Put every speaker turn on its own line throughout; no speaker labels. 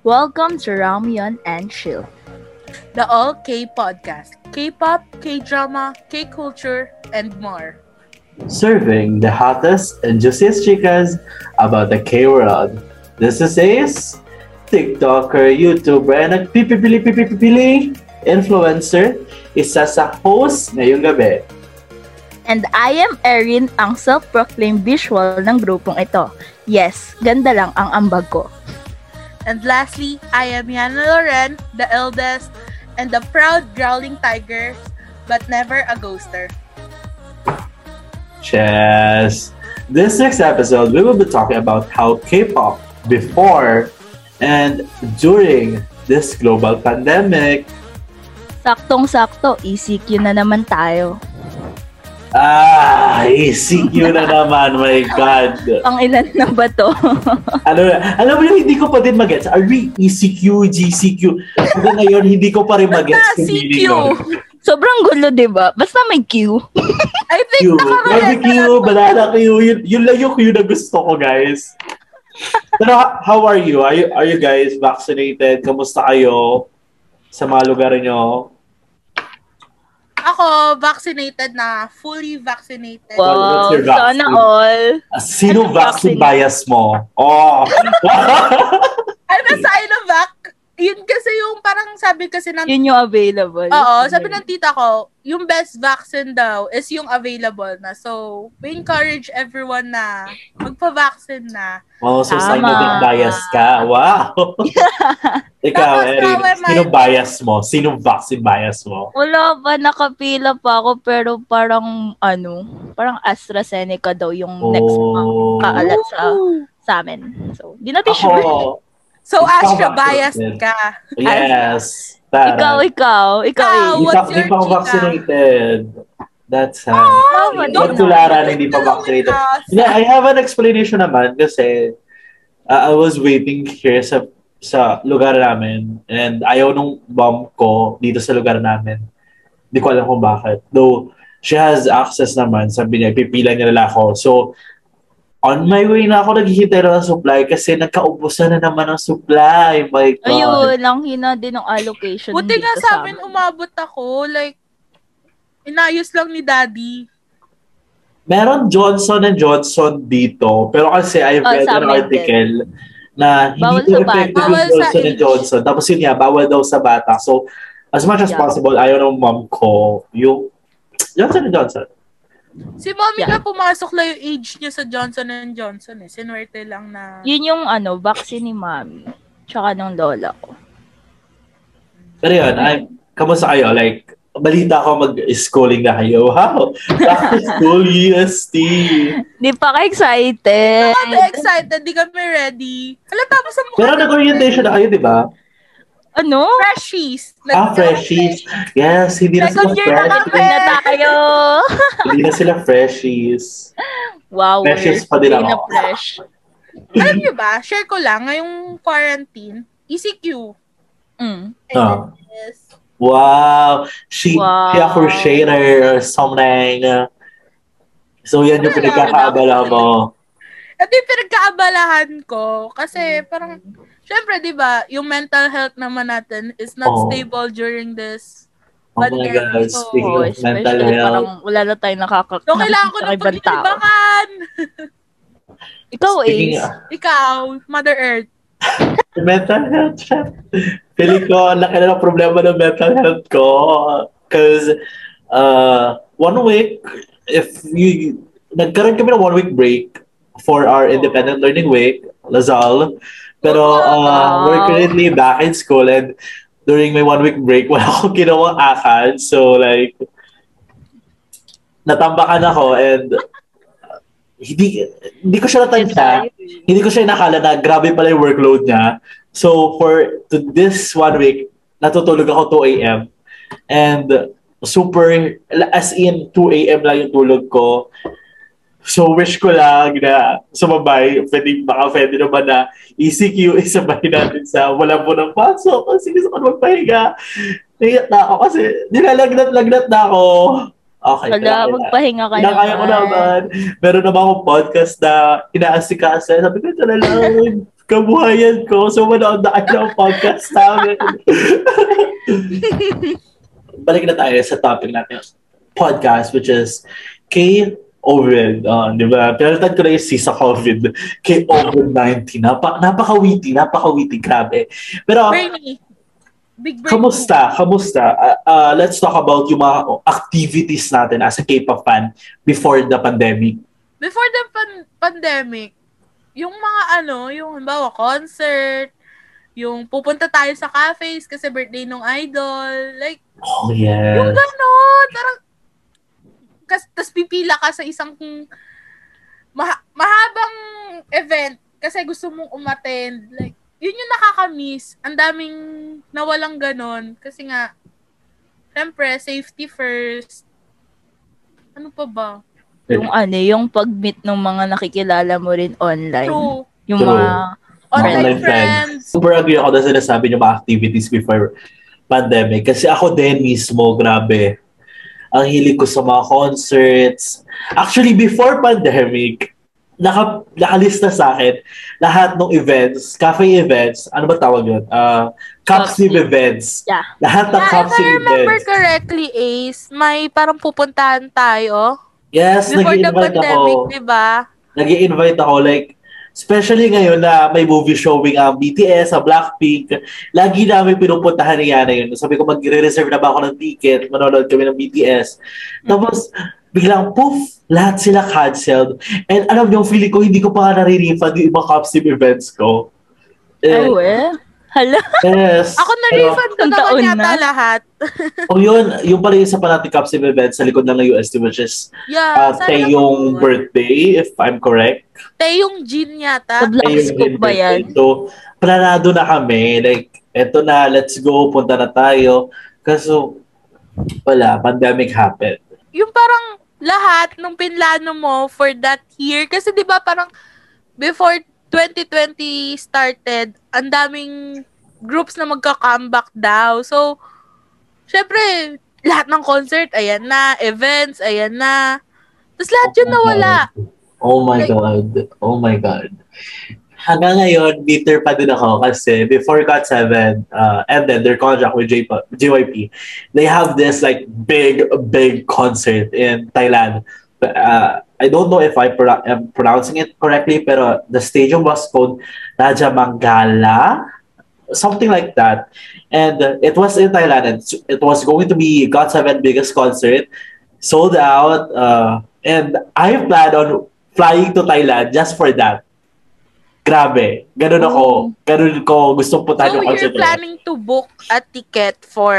Welcome to Ramyeon and Chill.
The All K Podcast. K-pop, K-drama, K-culture, and more.
Serving the hottest and juiciest chicas about the K world. This is Ace, TikToker, YouTuber, and nagpipipili-pipipili influencer, isa sa host ngayong gabi.
And I am Erin, ang self-proclaimed visual ng grupong ito. Yes, ganda lang ang ambag ko.
And lastly, I am Yana Loren, the eldest and the proud growling tiger, but never a ghoster.
Cheers! This next episode, we will be talking about how K-pop before and during this global pandemic.
Saktong-sakto, ECQ na naman tayo.
Ah, ECQ na naman, my God.
Pang ilan na ba to?
Ano, alam mo yung hindi ko pa din mag-gets. Are we E ECQ, GCQ? Hanggang ngayon, hindi ko pa rin
Ah,
mag-gets. yung meaning
CQ!
nun.
Sobrang gulo, di ba? Basta may Q.
I think
Q.
nakaka-relate na
Barbecue, banana Q. Yun, yun lang yung Q na gusto ko, guys. Pero ho- how are you? Are you, are you guys vaccinated? Kamusta kayo sa mga lugar nyo?
Ako, vaccinated na. Fully vaccinated.
Wow.
Wow,
what's your vaccine?
sana all.
Ah, Sino
Ano
vaccine
vaccine?
bias mo? Oh!
I'm a Sinovac. Yun kasi yung parang sabi kasi ng...
Yun yung available.
Oo, sabi ng tita ko, yung best vaccine daw is yung available na. So, we encourage everyone na magpa-vaccine na.
oh, so
Tama.
Sinovac bias ka. Wow! Ikaw,
Tapos,
Erin,
bawal
sino
man-
bias mo? Sino vaccine bias mo?
Wala pa, nakapila pa ako pero parang ano, parang AstraZeneca daw yung next month
Oh.
kaalat sa,
Woo!
sa amin. So, di natin sure.
Ako,
So,
Ikaw,
Astra, biased
vaccinated.
ka.
yes.
Ikaw, ikaw, ikaw.
Ikaw.
eh.
Hindi pa,
What's
hindi
your
pa ako
chika? Ah.
vaccinated. That's how.
Tama
Don't-
naman.
Magtularan, hindi pa
Tulungan
vaccinated.
us.
Yeah, I have an explanation naman kasi uh, I was waiting here sa sa lugar namin and ayaw nung mom ko dito sa lugar namin. Hindi ko alam kung bakit. Though, she has access naman. Sabi niya, pipila niya nila ako. So, on my way na ako naghihintay na ng supply kasi nagkaubusan na naman ng supply. My God.
Ayun, lang hina din ng allocation.
Buti nga
dito
sa amin, umabot ako. Like, inayos lang ni daddy.
Meron Johnson and Johnson dito, pero kasi I
Oh,
read
sa
an
amin
article na
Bawal
hindi
sa
daw
bata.
effective yung
Bawal sa
Johnson and
age.
Johnson. Tapos yun nga, bawal daw sa bata. So, as much as
Yeah.
possible, ayaw ng mom ko yung Johnson and Johnson.
Si mommy
Yeah.
nga pumasok lang yung age niya sa Johnson and Johnson eh. Sinuwerte lang na...
Yun yung ano, vaccine ni mami. Tsaka ng lola ko.
Pero yun, I'm, kamusta kayo? Like, balita ko mag-schooling na kayo. Wow! Back to school, E UST!
Di pa ka excited.
Kami excited, di kami ready. Alam, tapos ang mukha
Pero
namin-
nag-orientation na kayo, di ba?
Ano?
Freshies.
Ah, freshies. Yes, hindi na eh. sila
Second year na
fresh.
kami.
Na tayo.
Hindi na sila freshies.
Wow. we're
Freshies pa din
still na
ako.
fresh.
Alam niyo ba, share ko lang, ngayong quarantine, E ECQ.
Mm.
Ah.
Yes.
Wow! She,
Wow.
she a crocheter or something. So, yan yung
Wala.
pinagkakaabala mo.
Ito yung pinagkaabalahan
Mm.
ko kasi parang, syempre, di ba, yung mental health naman natin is not
Oo.
stable during this.
Oh my
Wala.
God, speaking
Oo,
of mental
especially
health.
parang wala na tayong nakaka-
So, kailangan ko ng
nakikipag-ibang tao.
pag-iibangan.
Ikaw,
Speaking
Ace.
of
Ikaw, Mother Earth.
mental health, chef. Feeling ko, ang laki na ng problema ng mental health ko. Because, uh, one week, if you, nagkaroon kami ng one week break for our independent learning week, Lazal. Pero, uh, we're currently back in school and during my one week break, wala akong ginawang akad. So, like, natambakan ako and uh, hindi, hindi ko siya natansya hindi ko siya inakala na grabe pala yung workload niya. So, for to this one week, natutulog ako 2 a.m. And super, as in 2 a.m. lang yung tulog ko. So, wish ko lang na sumabay, pwede, baka pwede naman na E ECQ isabay natin sa wala po ng pasok Oh, kasi gusto ko na magpahinga. Naiyak na ako kasi nilalagnat-lagnat na ako. Okay,
Wala,
kailangan-
magpahinga ka
Kaya kaya ko naman. Meron naman akong podcast na inaasikasan. Sabi ko, ito na lang yung kabuhayan ko. So, manood na kayo ng podcast namin. Balik na tayo sa topic natin. Podcast, which is K-Ovid. Uh, di ba? Pinalitan ko na yung sisa COVID. K-Ovid-19. Napa, napaka-witty, napaka-witty. Grabe. Pero,
Brainy. Big brainy.
Ah. Kamusta? Kamusta? Uh, uh, let's talk about yung mga activities natin as a K-pop fan before the pandemic.
Before the pan- pandemic, yung mga ano, yung halimbawa concert, yung pupunta tayo sa cafes kasi birthday nung idol. Like,
Oh, yes.
yung gano'n. Parang, kas, tas pipila ka sa isang maha- mahabang event kasi gusto mong umattend. Like, yun yung nakakamiss. Ang daming nawalang gano'n. Kasi nga, syempre, safety first. Ano pa ba?
Yung ano, yung pag-meet ng mga nakikilala mo rin online.
True.
Yung
True.
mga,
Online
Online friends.
Super agree ako na sinasabi yung mga activities before pandemic. Kasi ako din mismo, grabe. Ang hilig ko sa mga concerts. Actually, before pandemic, naka, nakalista sa akin lahat ng events, cafe events, ano ba tawag yun? Uh, Capsive events.
Yeah.
Lahat ng
Yeah, if I
Capsive
remember
events.
correctly, Ace, may parang pupuntahan tayo
Yes,
before the
nag-invite
pandemic,
ako.
di ba?
nag invite ako like especially ngayon na may movie showing ang BTS, ang Blackpink, lagi namin pinupuntahan ni Yana yun. Sabi ko, magre-reserve na ba ako ng ticket? Manonood kami ng BTS. Tapos, biglang, poof, lahat sila canceled. And alam niyo, feeling ko, hindi ko pa nga nare-refund yung ibang Copsim events ko.
ay,
Eh,
we. Hala,
yes.
Oh, Ako na-refund ko
Isang
naman
taon
yata
na.
lahat.
Pero, O yun, yung pala yung sa pala natin Copsim events sa likod lang ng UST, which is
Yeah,
uh,
Ah, sana
Taeyong
naman.
birthday, if I'm correct.
Taeyong Jin
sa
yata.
black
Ayun,
scoop ba yan?
So, planado na kami. Like, eto na, let's go, punta na tayo. Kaso, wala, pandemic happened.
Yung parang lahat ng pinlano mo for that year. Kasi di ba parang before 2020 started, ang daming groups na magka-comeback daw. So, syempre, lahat ng concert, ayan na. Events, ayan na. Tapos lahat yun nawala.
Oh my
Like-
God. Oh my God. Hanggang ngayon, bitter pa din ako kasi before Cut 7 uh, ended their contract with J- JYP, they have this like big, big concert in Thailand. Uh, I don't know if I pro- am pronouncing it correctly, pero the stadium was called Raja Mangala, something like that. And uh, it was in Thailand. And s- it was going to be God 7 biggest concert, sold out. Uh, and I planned on flying to Thailand just for that. Grabe. Ganun ako. Ganun ko gusto puntahan
Mm. So,
yung
you're
concert. na yun.
planning to book a ticket for...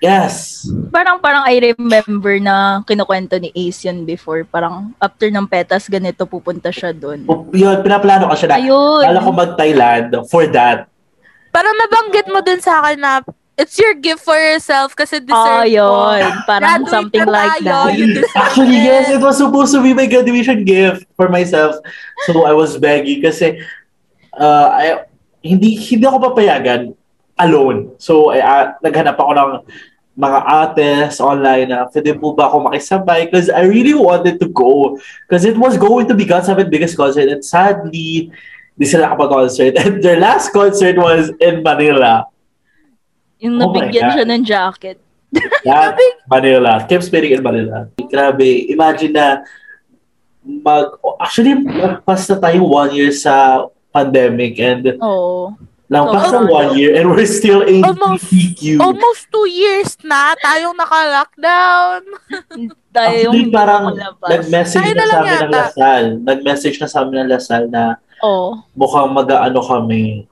Yes.
Parang, parang I remember na kinukwento ni Ace yun before. Parang after ng petas, ganito pupunta siya doon.
Yun, pinaplano ko siya na.
Ayun.
Kala ko mag-Thailand for that.
Parang nabanggit mo dun sa akin na it's your gift for yourself
Oh,
kasi deserve mo.
yun. Parang
Graduate
something
na
like
tayo,
that.
you deserve
Actually,
it.
yes, it was supposed to be my graduation gift for myself. So I was begging kasi uh, I, hindi hindi ako papayagan alone. So I, ah, naghanap ako ng mga ates online na pwede po ba ako makisabay because I really wanted to go because it was going to be God's Seven Biggest Concert and sadly di sila nakapag-concert and their last concert was in Manila.
Yung
Oh my
nabigyan
God.
siya ng jacket.
Yeah, Manila. Kept spinning in Manila. Grabe. Imagine na mag... Actually, magpas na tayong one year sa pandemic and
Oo.
lampas
Oh,
ng one year and we're still in
Almost-
PQ.
Almost two years na tayong naka-lockdown.
Tayo
Actually,
yung
Ah, parang
nakalabas.
nag-message
Tayo
na
na
sa
lang
amin ng
yata.
Lasal. Nag-message na sa amin ng Lasal na
Oo.
mukhang mag-ano kami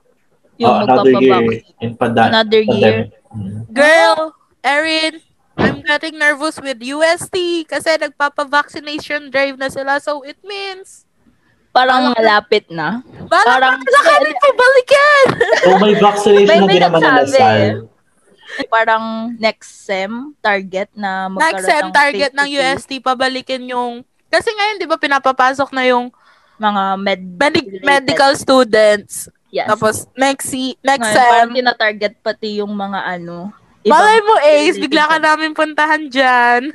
Yung
uh, another year
magpapabak.
in panda-
Another year.
pandemic. Mm.
Girl, Erin, I'm getting nervous with UST kasi nagpapa-vaccination drive na sila. So, it means
Parang malapit na.
balak
Parang-
na sila kami pabalikin.
So may vaccination
May-
na
may
din naman ng
nagsabi.
Lasal.
Parang next sem target na magkaroon
Next sem,
ng
target ng
face-to-face.
UST, pabalikin yung... Kasi ngayon, di ba, pinapapasok na yung
Mga med
medi-
related.
medical students.
Yes.
Tapos, next, si- next
Ngayon,
sem,
parang tinatarget pati yung mga ano, Ibang-
Malay mo, Ace, bigla ka namin puntahan dyan.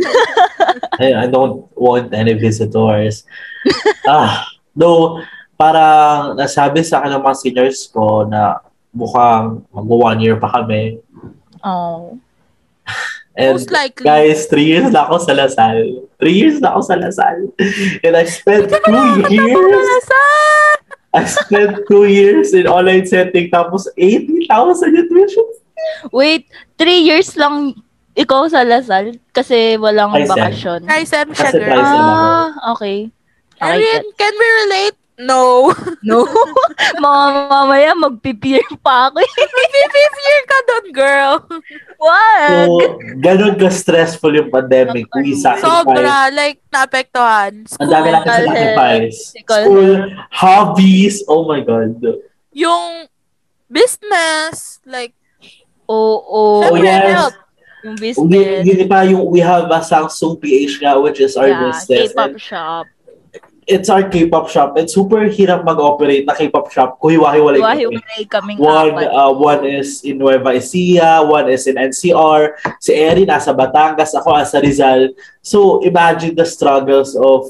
I, I don't want any visitors. ah, though, parang nasabi sa akin ng mga seniors ko na mukhang mag one year pa kami.
Oh.
And
Most likely.
guys, three years na ako sa Lasal. Three years na ako sa Lasal. And I spent two years.
Malasal!
I spent two years in online setting tapos 80,000 yung tuition.
Wait, three years lang ikaw sa Lasal kasi walang
Ay, Sam.
bakasyon.
Tricep
Kasi
sugar.
tricep.
Ah, okay. Okay,
Erin, Ah, can we relate? No.
No. Mga mamaya magpipier pa ako. eh.
Fifth year ka doon, girl.
Wag!
So, ganun ka-stressful yung pandemic. Uy, sacrifice.
Sobra. Like, naapektuhan.
Ang dami
Mental
natin sa
health,
sacrifice.
physical
School, hobbies, oh my God.
Yung business, like,
Oo.
Oh,
Siyempre,
yes.
help.
Yung
Hindi,
business.
hindi pa yung we have a Samsung PH nga which is our
Yeah,
business.
K-pop
And
shop.
it's our K-pop shop. And super hirap mag-operate na K-pop shop. Kung hiwa-hiwalay kami.
Hiwa-hiwalay kaming
One,
apat.
uh, one is in Nueva Ecija, one is in NCR. Si Erin nasa Batangas, ako nasa Rizal. So, imagine the struggles of,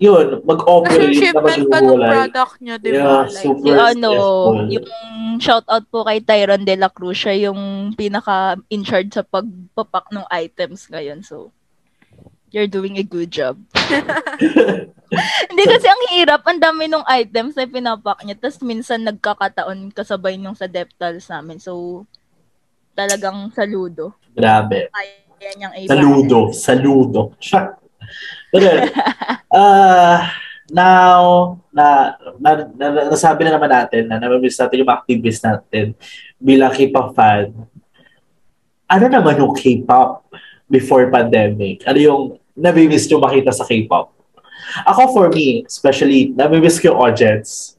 yun, mag-operate na
shipment pa ng
maghiwalay.
product nyo, di
Yeah,
ba? Like,
super
Yung ano,
stressful.
yung shout out po kay Tyron De La Cruz, siya yung pinaka in charge sa pagpapak ng items ngayon. So, you're doing a good job. Hindi kasi ang hirap, ang dami nung items na pinapak niya. Tapos minsan nagkakataon kasabay nung sa Deptals namin. So, talagang saludo.
Grabe.
Kaya niyang i-
Saludo. Saludo. Pero, uh, now, na, na, na, na- nasabi na naman natin na namimiss natin yung mga activists natin bilang K-pop fan. Ano naman yung K-pop before pandemic? Ano yung namimiss nyo makita sa K-pop? Ako for me, especially, namimiss ko yung audience.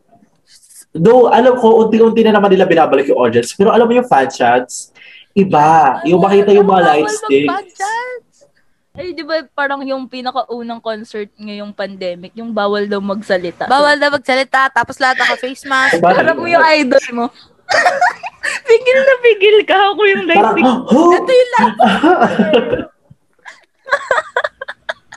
Though, alam ko, unti-unti na naman nila binabalik yung audience. Pero alam mo yung fan chats, iba. Yung makita yung mga
Bawal
light sticks.
mag-budget.
Ay, di ba parang yung pinakaunang concert ngayong pandemic, yung bawal daw magsalita.
Bawal na magsalita, tapos lahat naka face mask.
Para
Parang-
mo yung idol mo. pigil na pigil ka ako yung
Parang,
lightstick.
oh! Ito yung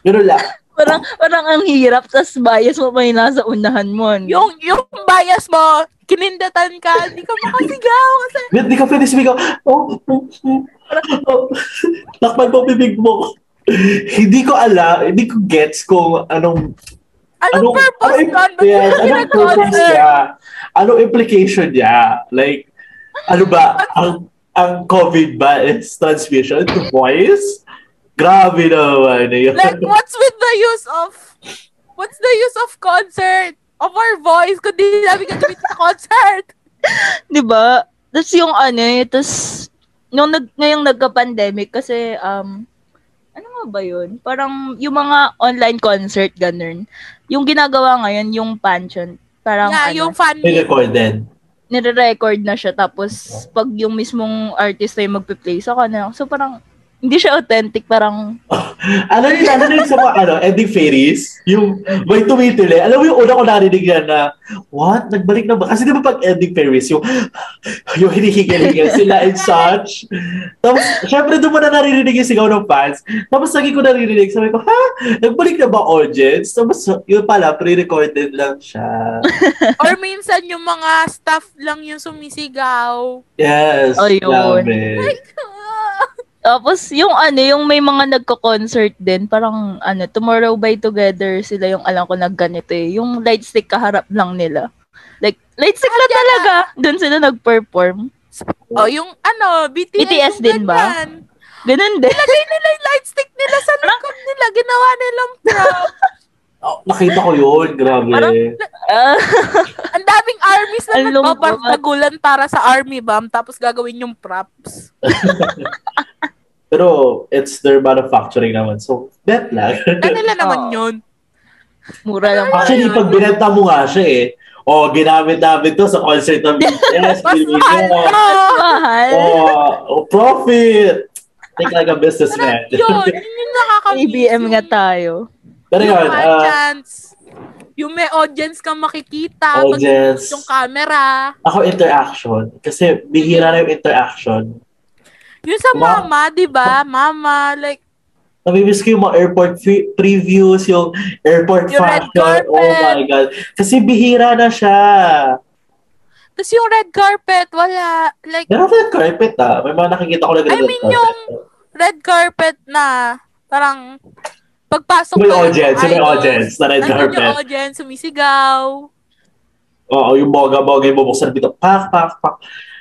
Pero la,
Parang, parang ang hirap, tas bias mo pa yung nasa unahan mo. ano?
Yung, yung bias mo, kinindatan ka, hindi ka makasigaw kasi
di ka pwede sabihin ko, oh, oh, oh, oh. Takpan mo bibig mo. hindi ko alam, hindi ko gets kung anong
anong purpose
anong-
nun?
yes, anong purpose niya? Anong implication niya? Like, ano ba? Ang, ang COVID ba is transmission to voice? Grabe naman yun.
Like, what's with the use of, what's the use of concert? Of our voice, kundi sabi ka gamitin sa concert.
Di ba? Tapos yung ano eh, tapos nung nag, ngayong nagka-pandemic kasi um ano nga ba yun? Parang yung mga online concert ganun. Yung ginagawa ngayon, yung pension. Parang ano,
yeah, yung fan meet.
Pinrecorded.
nire-record na siya tapos pag yung mismong artist na yung magpe-play sa kanya. So parang hindi siya authentic, parang
Ano yun, ano yun sa mga, ano, Eddie Ferris, yung may tumitili. Alam mo yung una ko narinig yan na, what? Nagbalik na ba? Kasi di ba pag Eddie Ferris, yung, yung hinihigil-higil sila and such. Tapos, syempre doon mo na naririnig yung sigaw ng fans. Tapos, lagi ko naririnig, sabi ko, ha? Nagbalik na ba audience? Tapos, yun pala, pre-recorded lang siya.
Or minsan yung mga staff lang yung sumisigaw.
Yes.
Ayun.
Grabe.
Tapos yung ano, yung may mga nagko-concert din, parang ano, Tomorrow by Together sila yung alam ko nagganito eh. Yung lightstick kaharap lang nila. Like, lightstick na talaga. Doon sila nag-perform.
O, yung ano, BTS,
BTS
yung
din ba?
ganyan.
Ganun din.
Nilagay nila yung lightstick nila sa likod nila. Ginawa nilang prop.
Oh, nakita ko yun. Grabe.
Ah,
Ang daming armies na
Ang lungkot.
nagbabardagulan para sa army bomb tapos gagawin yung props.
Pero, it's their manufacturing naman. So, bet lang.
Kanila naman
Oo.
yun.
mura lang.
Actually, pag binenta mo nga siya eh, o ginamit namin to sa concert ng BTS,
Mas mahal
binigyan mo.
na.
Mahal.
Oh, oh, profit! Think like a businessman.
Sarap yun. Yun yung nakakamiss.
ABM nga
Yung-
tayo.
Pero
Yung
yun,
fan
ah,
chance. Yung may audience kang makikita.
Audience.
Pag yung camera.
ako interaction. Kasi bihira na yung interaction.
Yung sa
Ma-
mama, di ba? Mama, like,
Namimiss ko yung mga airport fe- previews, yung airport
Yung red
fashion. Oh
carpet.
my God. Kasi bihira na siya.
tapos yung red carpet, wala. Like,
Meron red carpet ah. May mga nakikita ko na
I
red
mean,
carpet.
yung red carpet na parang pagpasok
May
pa lang ng
audience, may
idols,
audience na red
nandun
carpet.
yung audience, sumisigaw.
Oo, yung boga-boga yung bubuksan dito. Pak, pak, pak.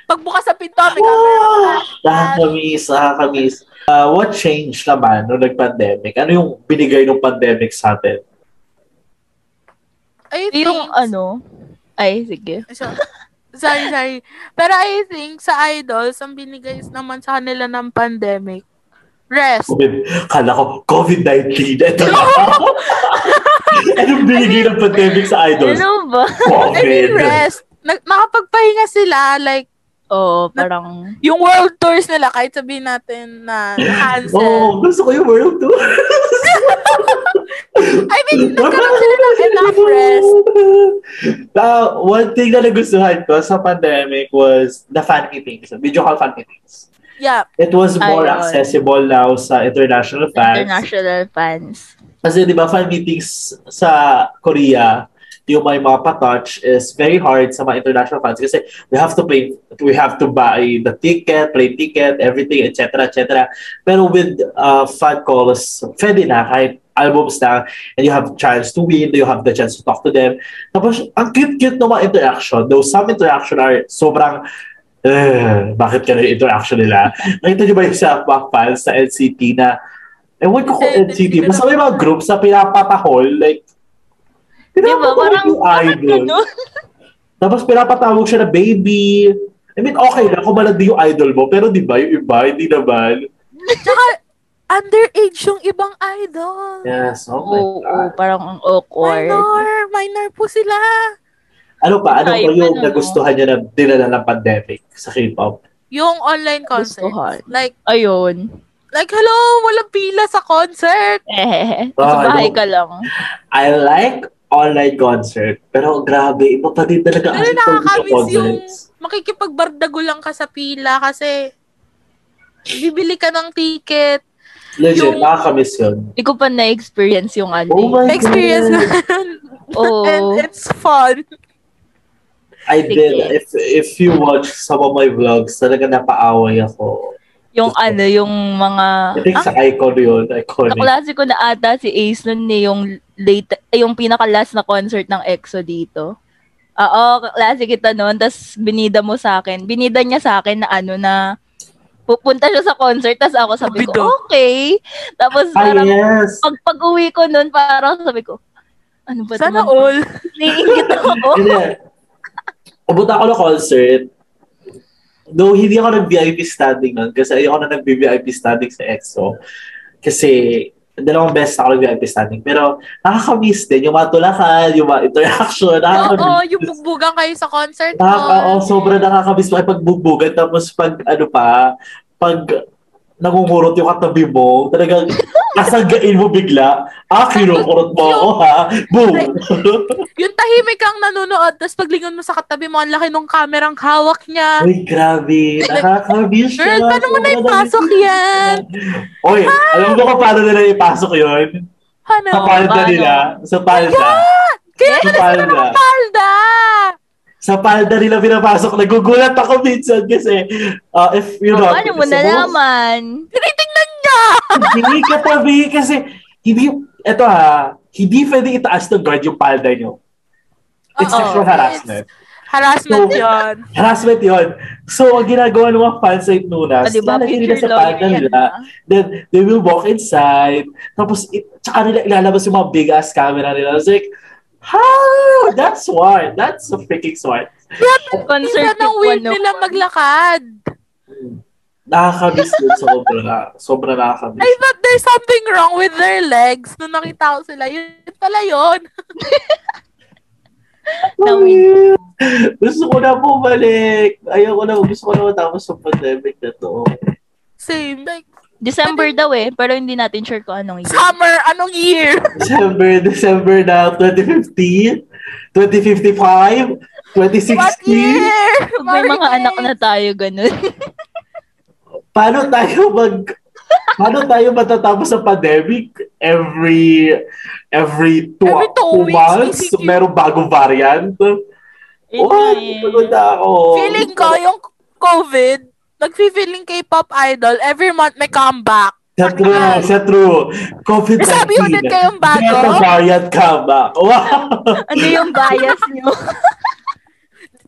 Pagbukas sa pinto, may camera.
Ah, nakakamiss, nakakamiss. Ah, what changed naman nung nag-pandemic? Ano yung binigay ng pandemic sa atin?
I think,
Yung ano, ay, sige.
So, sorry, sorry. Pero I think sa idols, ang binigay naman sa kanila ng pandemic, rest.
COVID. Kala ko, COVID-19. Ito na. Anong binigay ng pandemic sa idols?
Ano ba?
I mean,
COVID.
rest. Nag- nakapagpahinga sila, like,
Oo, parang,
yung world tours nila, kahit sabihin natin na cancel.
Oo, gusto ko yung world tour.
I mean, nagkaroon sila ng enough rest.
Ah, one thing na nagustuhan ko sa pandemic was the fan meetings, video call fan meetings.
Yeah.
It was more
Ayun.
accessible now sa international fans.
international fans.
Kasi di ba fan meetings sa Korea, yung may mga pa-touch is very hard sa mga international fans kasi we have to pay, we have to buy the ticket, plane ticket, everything, etc. etc. Pero with uh, fan calls, pwede na kahit albums na and you have chance to win, you have the chance to talk to them. Tapos, ang cute-cute ng mga interaction. Though some interaction are sobrang eh, bakit ganun yung interaction nila? Nakita niyo ba yung sa mga fans sa NCT na Ewan ko kung
Hindi, hindi
NCT.
ko
Basta may mga
alam.
groups na pinapatahol. Like,
Di ba?
pinapatahol
Parang,
yung
bakit
idol.
ganun?
Tapos pinapatawag siya na baby. I mean, okay na kung malandi yung idol mo. Pero di ba yung iba, hindi naman.
Underage yung ibang idol.
Yes, oh my
Oo,
God.
oo, parang ang awkward.
Minor. Minor po sila.
Ano pa? Ano pa
Ay, ano,
yung
no?
nagustuhan niya na dinala ng pandemic sa K-pop?
Yung online concert.
Gustuhan.
Like,
Ayun.
like, hello, walang pila sa concert.
Eh,
Ah,
sa bahay
ano?
ka lang.
I like online concert. Pero grabe, iba pa din talaga ang
Pero
actual
nakakamiss
concerts.
yung makikipagbardago lang ka sa pila kasi bibili ka ng ticket.
Legit,
yung-
nakakamiss yun.
Hindi ko pa na-experience yung ano.
Oh my
Experience na
God.
yun.
Oo.
And it's fun.
I did.
Sige.
If if you watch some of my vlogs, talaga napaaway ako.
Yung ano, yung mga...
I think sa icon yun. Iconic.
Kaklase ko na ata si Ace nun eh, yung, late, eh, yung pinaka-last na concert ng EXO dito. Oo, kaklase kita nun. Tapos binida mo sa akin. Binida niya sa akin na ano na pupunta siya sa concert. Tapos ako sabi
Bido.
ko, okay. Tapos
Ah,
parang
yes.
pag, pag-uwi ko nun, parang sabi ko, ano ba
Sana
naman?
all.
Naiingit ako.
Hindi. Pumunta ako ng concert. Though hindi ako nag-VIP standing nun kasi ayoko na nag-VIP standing sa EXO. Kasi dalawang best ako nag-VIP standing. Pero nakakamiss din yung mga tulakan, yung mga interaction.
Oo,
Nakakamiss.
yung bugbugan kayo sa concert mo.
Nakaka, oh, sobrang nakakamiss makipagbugbugan tapos pag ano pa, pag nangungurot yung katabi mo, talagang kasagain mo bigla, ah, kinukurot mo ako ha, boom!
Yung tahimik kang nanonood, tapos paglingon mo sa katabi mo, ang laki nung kamerang hawak niya.
Uy, grabe, nakakamiss siya.
Girl, paano mo
Sobrang
na ipasok yan?
Uy,
Ah!
alam mo kung paano nila ipasok yun?
Ano?
Sa
Oh,
palda
paano?
nila, sa palda,
Kaya
sa
pala sila
palda.
ng palda!
Sa palda nila pinapasok. Nagugulat ako minsan kasi uh, if you know...
Ano mo
sa buong-
nalaman?
Tinitingnan niya!
hindi katabi kasi hindi eto ha hindi pwede itaas ng guard yung palda nyo it's
Oo,
sexual
it's-
harassment
Harassment
So-
yun.
harassment yun so ang ginagawa ng mga fans sa
Ah,
Nunas
di ba?
lalagay nila
Picture
sa
lawyer
palda
yan,
nila
ah.
then they will walk inside tapos it, tsaka nila ilalabas yung mga big ass camera nila it's like how that's smart that's so freaking smart
Concert
Minsan ang weird
yung ano,
nila maglakad.
nakakamiss yun sobra sobra
I
nakakamiss
thought there's something wrong with their legs nung nakita ko sila. Yun pala yun.
Nawin.
gusto ko na bumalik ayoko na gusto ko na matapos sa pandemic na to
Same. Like,
December daw eh, pero hindi natin sure kung anong year.
summer, anong year?
December, December na 2015, 2055,
What
2060.
year? eh.
Pag may mga
Marites.
anak na tayo, ganun.
paano tayo mag paano tayo matatapos sa pandemic every every two,
Every two
two
weeks,
months
ECQ.
merong bagong variant
Yun
oh
na eh.
pagod na ako
Feeling
oh.
ko yung COVID, nag-feeling K-pop idol, every month may comeback. Eh,
sa true sa true COVID-19
Sabi ulit kayong bago?
Delta variant comeback wow
Ano yung bias nyo?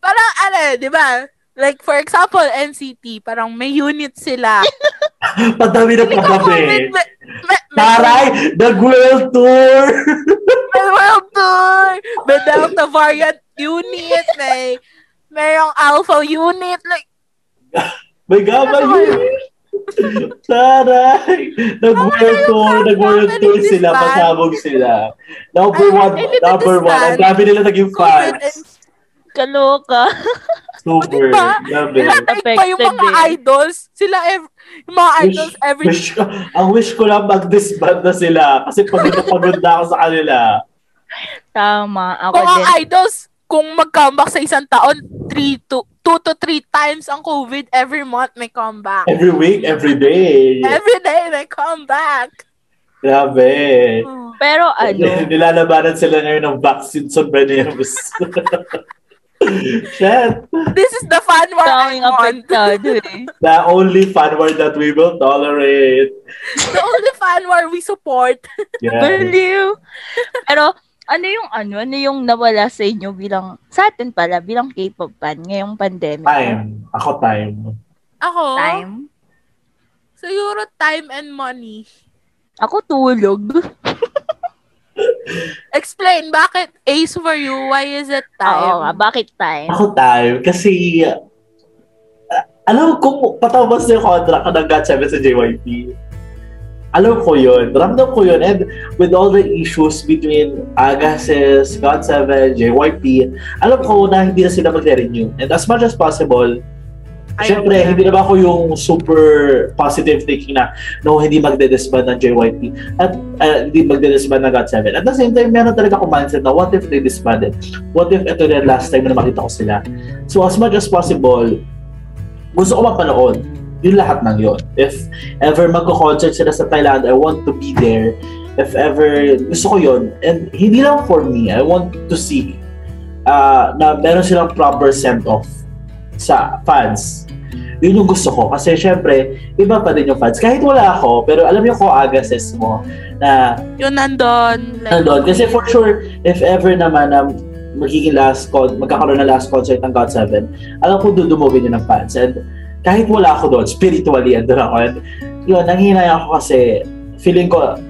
Parang ano, di ba? Like, for example, NCT, parang may unit sila.
padami na
Feeling ko COVID,
kagabi
may, may, may,
Taray, the world tour!
may world tour, may Delta variant unit, may, merong Alpha unit, like,
May gamay
Ano
yun! Taray! Nag-world tour, nag-world
Ano family
tour sila,
disband.
pasabog sila. Number
Ay,
one,
family
number one. Ang
disband.
dami nila naging
COVID,
fans.
Kaloka.
Super,
diba?
dami.
Nilalike pa yung
Affected
mga
din.
idols. Sila, ev- yung mga idols, every
wish ko, ang wish ko lang mag-disband na sila kasi pagod na pagod na ako sa kanila.
Tama, ako
Kung ang
din.
idols, kung mag-comeback sa isang taon, 3 to 2 to 3 times ang COVID every month may comeback.
Every week, every day.
Every day may comeback.
Grabe.
Pero ano,
Nilalabanan sila ngayon ng vaccine sa Benemus. Shit.
This is the fan war I
tanging
want.
apektado eh.
The only fan war that we will tolerate.
The only fan war we support.
Yeah.
Baliw. Pero ano yung ano, ano yung nawala sa inyo bilang, sa atin pala, bilang K-pop fan ngayong pandemic?
Time. Ako time.
Ako,
Time?
siguro time and money.
Ako tulog.
Explain, bakit Ace for you? Why is it
Oo nga,
time?
bakit time?
Ako time. Kasi, uh, alam ko, patapos na yung contract ko ng GOT7 sa JYP. Alam ko yun. Ramdam ko yun. And with all the issues between Agassiz, GOT7, JYP, alam ko na hindi na sila magre-renew. And as much as possible,
Ayaw
Siyempre, hindi naman ako yung super positive thinking na no, hindi magde-disband ng JYP at uh, hindi magde-disband ng GOT7. At the same time, meron talaga akong mindset na what if they disbanded? What if ito na yung last time na makita ko sila? So as much as possible, gusto ko magpanood yung lahat ng yon. If ever magko-concert sila sa Thailand, I want to be there. If ever, gusto ko yon. And hindi lang for me, I want to see uh, na meron silang proper send-off sa fans. Yun yung gusto ko. Kasi syempre, iba pa din yung fans. Kahit wala ako, pero alam niyo ko agases mo na
Yun nandun. Like,
nandun. Kasi for sure, if ever naman na magiging last con, magkakaroon na last concert ng God 7, alam ko dudumugin yun ng fans. And kahit wala ako doon, spiritually, andun ako. And yun, nanghinay ako kasi feeling ko,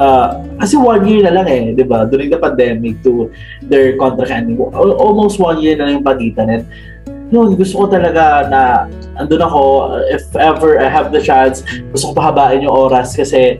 ah, kasi one year na lang eh, di ba? During the pandemic to their contract ending, al- almost one year na lang yung pagitan. And yun, gusto ko talaga na andun ako, uh, if ever I have the chance, gusto ko pahabain yung oras kasi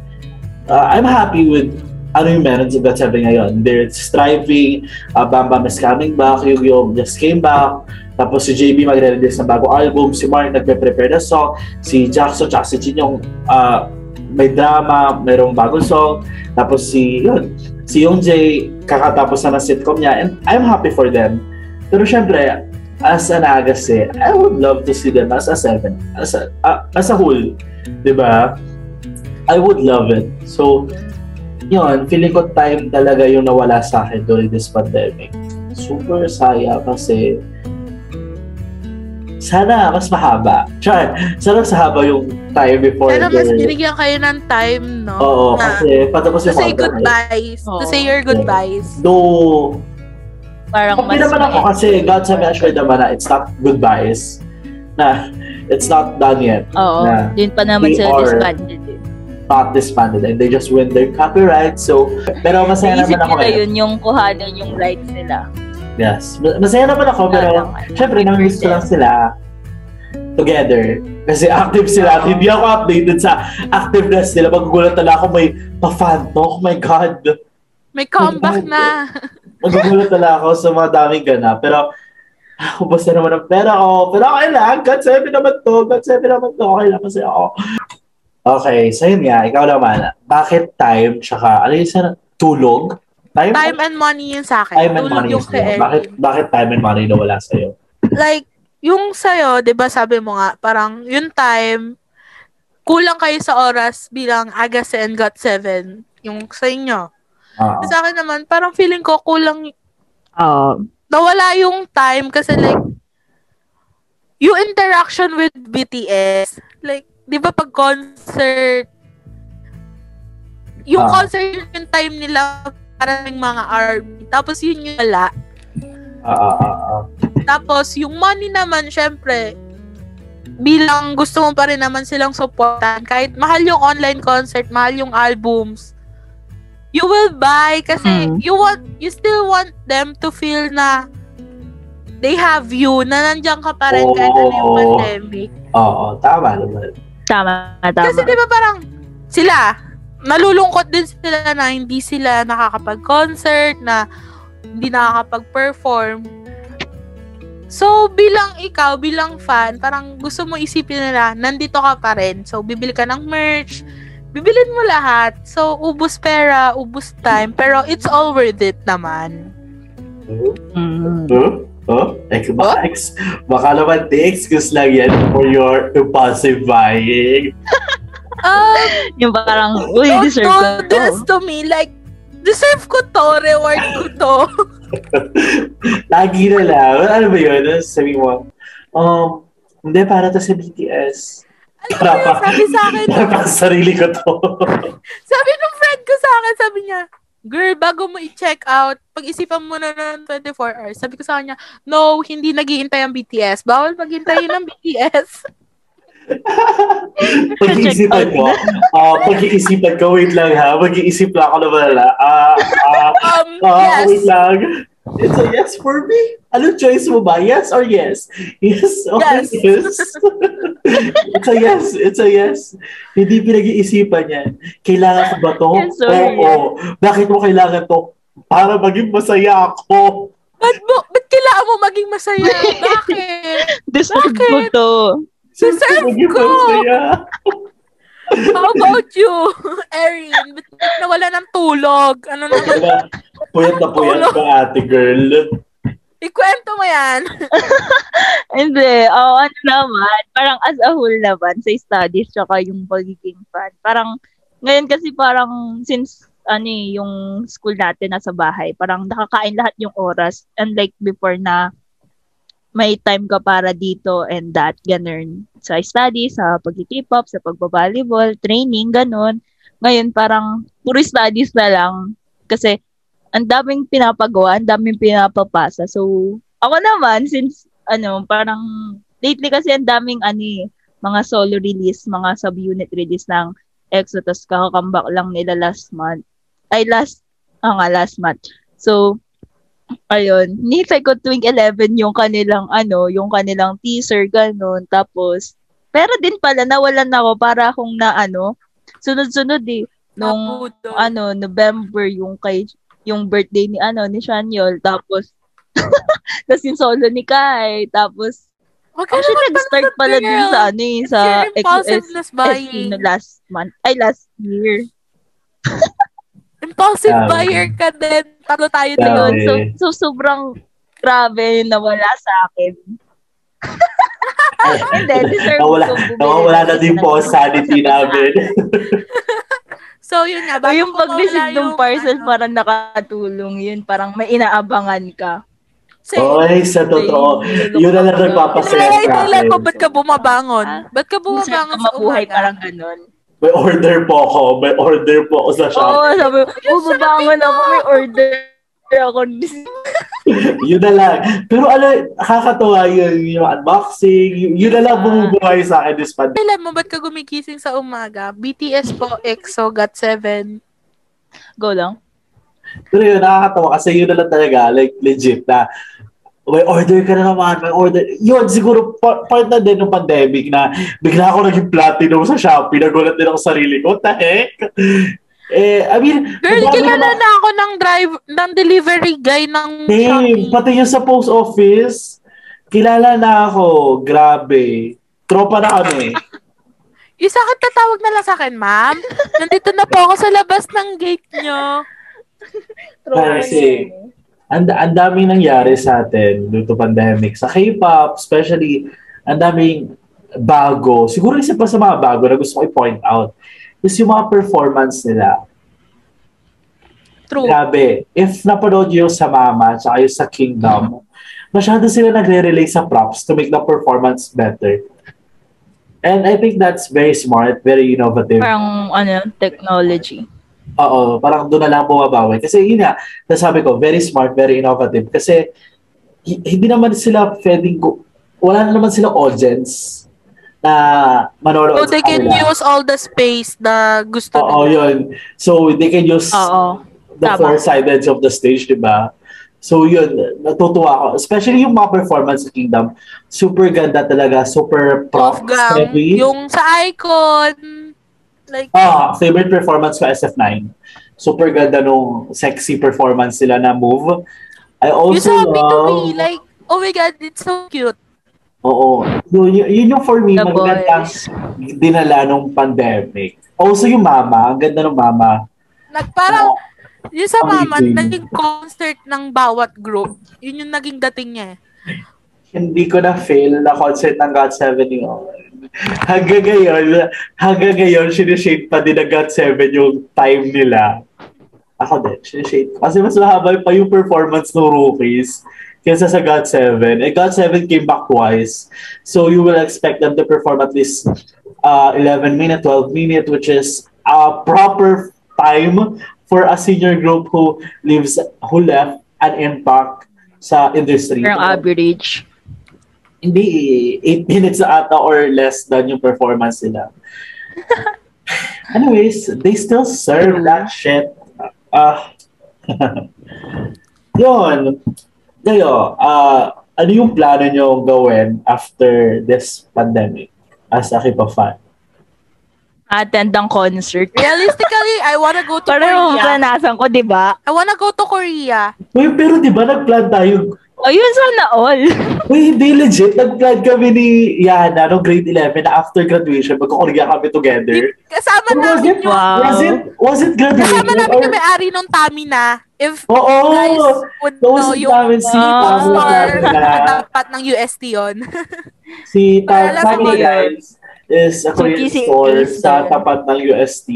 ah, I'm happy with ano yung meron sa God 7 ngayon. They're striving, uh, Bam Bam is coming back, Yu-Gi-Oh! just came back, tapos si JB magre-release ng bago album, si Mark nagpe-prepare na song, si Jackson, tsaka si Chin yung uh, may drama, mayroong bagong song, tapos si, yun, si Yoonjae, kakatapos na ng sitcom niya, and I'm happy for them. Pero syempre, as an Agase, I would love to see them as a seven, as a, a- as a whole, di ba? I would love it. So, yun, feeling ko time talaga yung nawala sa akin during this pandemic. Super saya kasi sana mas mahaba. Char, sana mas haba yung time before.
Pero mas
the-
binigyan kayo ng time, no?
Ah.
Oo,
Na-
kasi patapos
to
yung
say
contract.
goodbyes. To
Oo.
say your goodbyes.
Though,
Parang
Hindi naman ako kasi God sa me assured naman na it's not goodbyes. Na, it's not done yet.
Oo,
na
yun pa naman
they
sila
are-
disbanded eh.
Not disbanded. And they just win their copyright. So, pero masaya
Naisip
naman ako
nila
ngayon.
yun yung kuhanin yung rights nila. ano.
Yes. Ma- Masaya naman ako, Oh, pero
Wala lang.
syempre, namimiss ko lang sila together. Kasi active sila. At hindi ako updated sa activeness nila. Magugulat talaga ako may pa-fan talk. Oh my God.
May comeback na.
Magugulat talaga ako sa mga daming ganap. Pero, ah, ubos na naman ang pera ko. Pero okay lang. God save me naman to. God save me naman to. Okay lang kasi ako. Okay, so yun nga. Ikaw naman. Bakit time? Tsaka, ano yung isa na- tulog? Time,
Time and money yun sa akin.
time and
Tulog
money.
yung
Yung
kay Erin.
bakit, bakit time and money na wala sa'yo?
Like, yung sa'yo, di ba sabi mo nga, parang yung time, kulang kayo sa oras bilang Agase and Got 7 yung sa inyo.
Ah.
Sa akin naman, parang feeling ko kulang,
Oh,
Oo.
nawala yung time kasi like, yung interaction with BTS, like, di ba pag concert, yung
Ah.
concert yun yung time nila para yung mga army. Tapos yun yung wala.
Ah, ah, ah, ah.
Tapos, yung money naman, syempre, bilang gusto mo pa rin naman silang supportan, kahit mahal yung online concert, mahal yung albums, you will buy kasi
Mm.
you want you still want them to feel na they have you, na nandiyan ka pa rin kahit ano yung
Oo.
pandemic.
Oo, tama naman.
Tama,
Kasi
tama.
di ba parang sila, nalulungkot din sila na hindi sila nakakapag-concert, na hindi nakakapag-perform. So, bilang ikaw, bilang fan, parang gusto mo isipin nila, nandito ka pa rin. So, bibili ka ng merch, bibilin mo lahat. So, ubus pera, ubus time, pero it's all worth it naman.
Hmm?
Mm.
Hmm? Huh? Ex, baka, ex, baka naman di excuse lang yan for your impulsive buying.
Um,
Yung parang, uy,
don't
deserve oh.
do
ko. to.
this to me. Like, deserve ko to, reward ko to.
Lagi na lang. Ano ba yun? Ano Sabi mo, um, hindi, para to sa BTS. Para
Kaya sabi sa akin,
para pa sa sarili ko to.
Sabi nung friend ko sa akin, sabi niya, Girl, bago mo i-check out, pag-isipan mo na ng 24 hours. Sabi ko sa kanya, no, hindi naghihintay ang BTS. Bawal maghintay ng BTS.
Pag-iisipan ko, ah, pag-iisipan ko, wait lang ha, mag-iisip lang ako na malala. Ah, ah,
Um,
ah,
yes.
wait lang. It's a yes for me. Ano choice mo ba? Yes or yes? Yes or yes?
Yes.
it's a yes. It's a yes. Hindi pinag-iisipan yan. Kailangan ko ba to?
Yes or
Oo. Bakit mo kailangan to? Para maging masaya ako.
Ba't, mo, ba't kailangan mo maging masaya? Bakit?
Deserve ko
Bakit?
to.
Deserve
maging
ko.
masaya.
How about you, Erin? Ba't ba't nawala ng tulog? Ano naman?
Diba? Puyat na puyat
Ulo.
ka ate girl.
Ikwento mo yan.
Hindi, oh, ano naman, parang as a whole naman, sa studies, tsaka yung pagiging fan. Parang, ngayon kasi parang, since, ano eh, yung school natin nasa bahay, parang nakakain lahat yung oras. Unlike before na, may time ka para dito and that, ganun. Sa studies, sa pag-keep up, sa pagbabalibol, training, ganun. Ngayon, parang, puro studies na lang. Kasi, ang daming pinapagawa, ang daming pinapapasa. So, ako naman, since ano, parang lately kasi ang daming ano eh, mga solo release, mga sub-unit release ng EXO, tapos kakakambak lang nila last month. Ay, last, ah nga, last month. So, ayun, nitay ko tuwing 11 yung kanilang ano, yung kanilang teaser, ganun. Tapos, pero din pala, nawalan ako para akong na ano, sunod-sunod eh. Nung,
Naputo.
ano, November yung kay yung birthday ni ano ni Shanyol tapos tapos yung solo ni Kai tapos
Huwag ka
actually
naman
nag-start
pala
pala dun
girl.
sa ano eh, sa
Your
XOS
impulsiveness
SC
buying.
no last month ay last year
Impulsive
Grabe.
buyer ka din. Talo tayo
Grabe.
na yun.
yun so, so sobrang grabe yung nawala sa akin Hindi, deserve ko
nawala,
bumili. ano.
nawawala na din po ang sanity namin.
So, yun nga.
o
bago
yung
ko mawala
pag-receive ng
yung,
parcel
ano,
parang nakatulong yun parang may inaabangan ka
same.
Oy, sa totoo. Yun na lang nagpapasaya
Nalilate
sa
lang
akin.
ko, ba't ka bumabangon?
Ah.
Ba't ka
Deserve
bumabangon
ka
sa
mabuhay,
umaga?
parang ganun.
May order po ako. May order po ako sa
Oo,
shop.
sabi ko, oh, babangon ako,
ah."
may order ako.
Yun na lang. Pero ano, nakakatuwa yun. Yung unboxing. Yun, yun na lang bumubuhay sa akin this pandemic.
Alam mo, ba't ka gumigising sa umaga? BTS po, EXO, GOT7.
Go lang.
Pero yun, nakakatawa kasi yun na lang talaga. Like, legit na may order ka na naman, may order. Yun, siguro pa- part na din ng pandemic na bigla ako naging platinum sa Shopee. Nagulat din ako sa sarili ko. What the heck? Eh, I mean,
Girl,
madami
kilala
naman-
na ako ng drive, ng delivery guy ng
Babe,
Shopee.
pati yung sa post office, kilala na ako. Grabe. Tropa na kami.
Yung sa akin, tatawag na lang sa akin, ma'am. Nandito na po ako sa labas ng gate nyo.
Kasi, and, ang daming nangyari sa atin due to pandemic. Sa K-pop, especially, ang daming bago, siguro isa pa sa mga bago na gusto ko i-point out, is yung mga performance nila.
True.
Grabe. If napanood nyo yung sa Mama tsaka yung sa Kingdom, masyado sila nagre-relay sa props to make the performance better. And I think that's very smart, very innovative.
Parang, ano, technology.
Oo, parang doon na lang bumabawi. Kasi yun nga, nasabi ko, very smart, very innovative. Kasi hi- hindi naman sila pwedeng, gu- wala na naman sila audience na manonood
So, they
sa
can
kanila.
use all the space na gusto
Oo,
nila.
yun. So, they can use
Oo.
the
Tama.
four sides of the stage, di ba? So yun, natutuwa ako. Especially yung mga performance sa Kingdom, super ganda talaga, super props
Wolfgang,
heavy.
yung sa icon, like,
Ah, favorite performance ko, SF9. Super ganda nung sexy performance nila na move. I
you
also
saw me to
love...
me, like, oh my God, it's so cute.
Oo. Yun, yun, yun yung for me,
The
magandang
boys.
dinala nung pandemic. Also yung mama, ang ganda ng mama.
Nag, parang, yun sa
Amazing.
mama, naging concert ng bawat group. Yun yung naging dating niya eh.
hindi ko na fail na concert ng God 7 yung hanggang ngayon, hanggang ngayon, sinishade pa din ng God 7 yung time nila. Ako din, sinishade ko. Kasi mas mahaba pa yung performance ng rookies kaysa sa God 7. And God 7 came back twice. So you will expect them to perform at least uh, 11 minute, 12 minute, which is a proper time for a senior group who lives, who left an impact sa industry
Parang average.
hindi, eh, 8 minutes na ata or less than yung performance nila. Anyways, they still serve that shit. Ah. yun. Kayo, ah, ano yung plano nyo gawin after this pandemic as a Kipa-fan?
Attend ang concert.
Realistically, I wanna go to
Parang yung
Korea.
planasan ko, di ba?
I wanna go to Korea.
Uy, pero di ba nag-plan tayo?
Ayun, sana all.
Uy, hindi legit. Nag-plan kami ni Yana no grade 11 na after graduation, magkakurya kami together.
Kasama
Was
namin
it,
yung...
Wow.
was it, was it graduation?
Kasama namin
or-
yung may-ari nung Tamina. If
Oo!
you guys would know
Nausap
yung
namin si
Ah,
Pablo
star
Carla.
dapat ng UST yon.
Si
Para sa
Pablo
mga
guys is a Korean
Suki si
store
Ace
sa
doon.
tapat ng UST.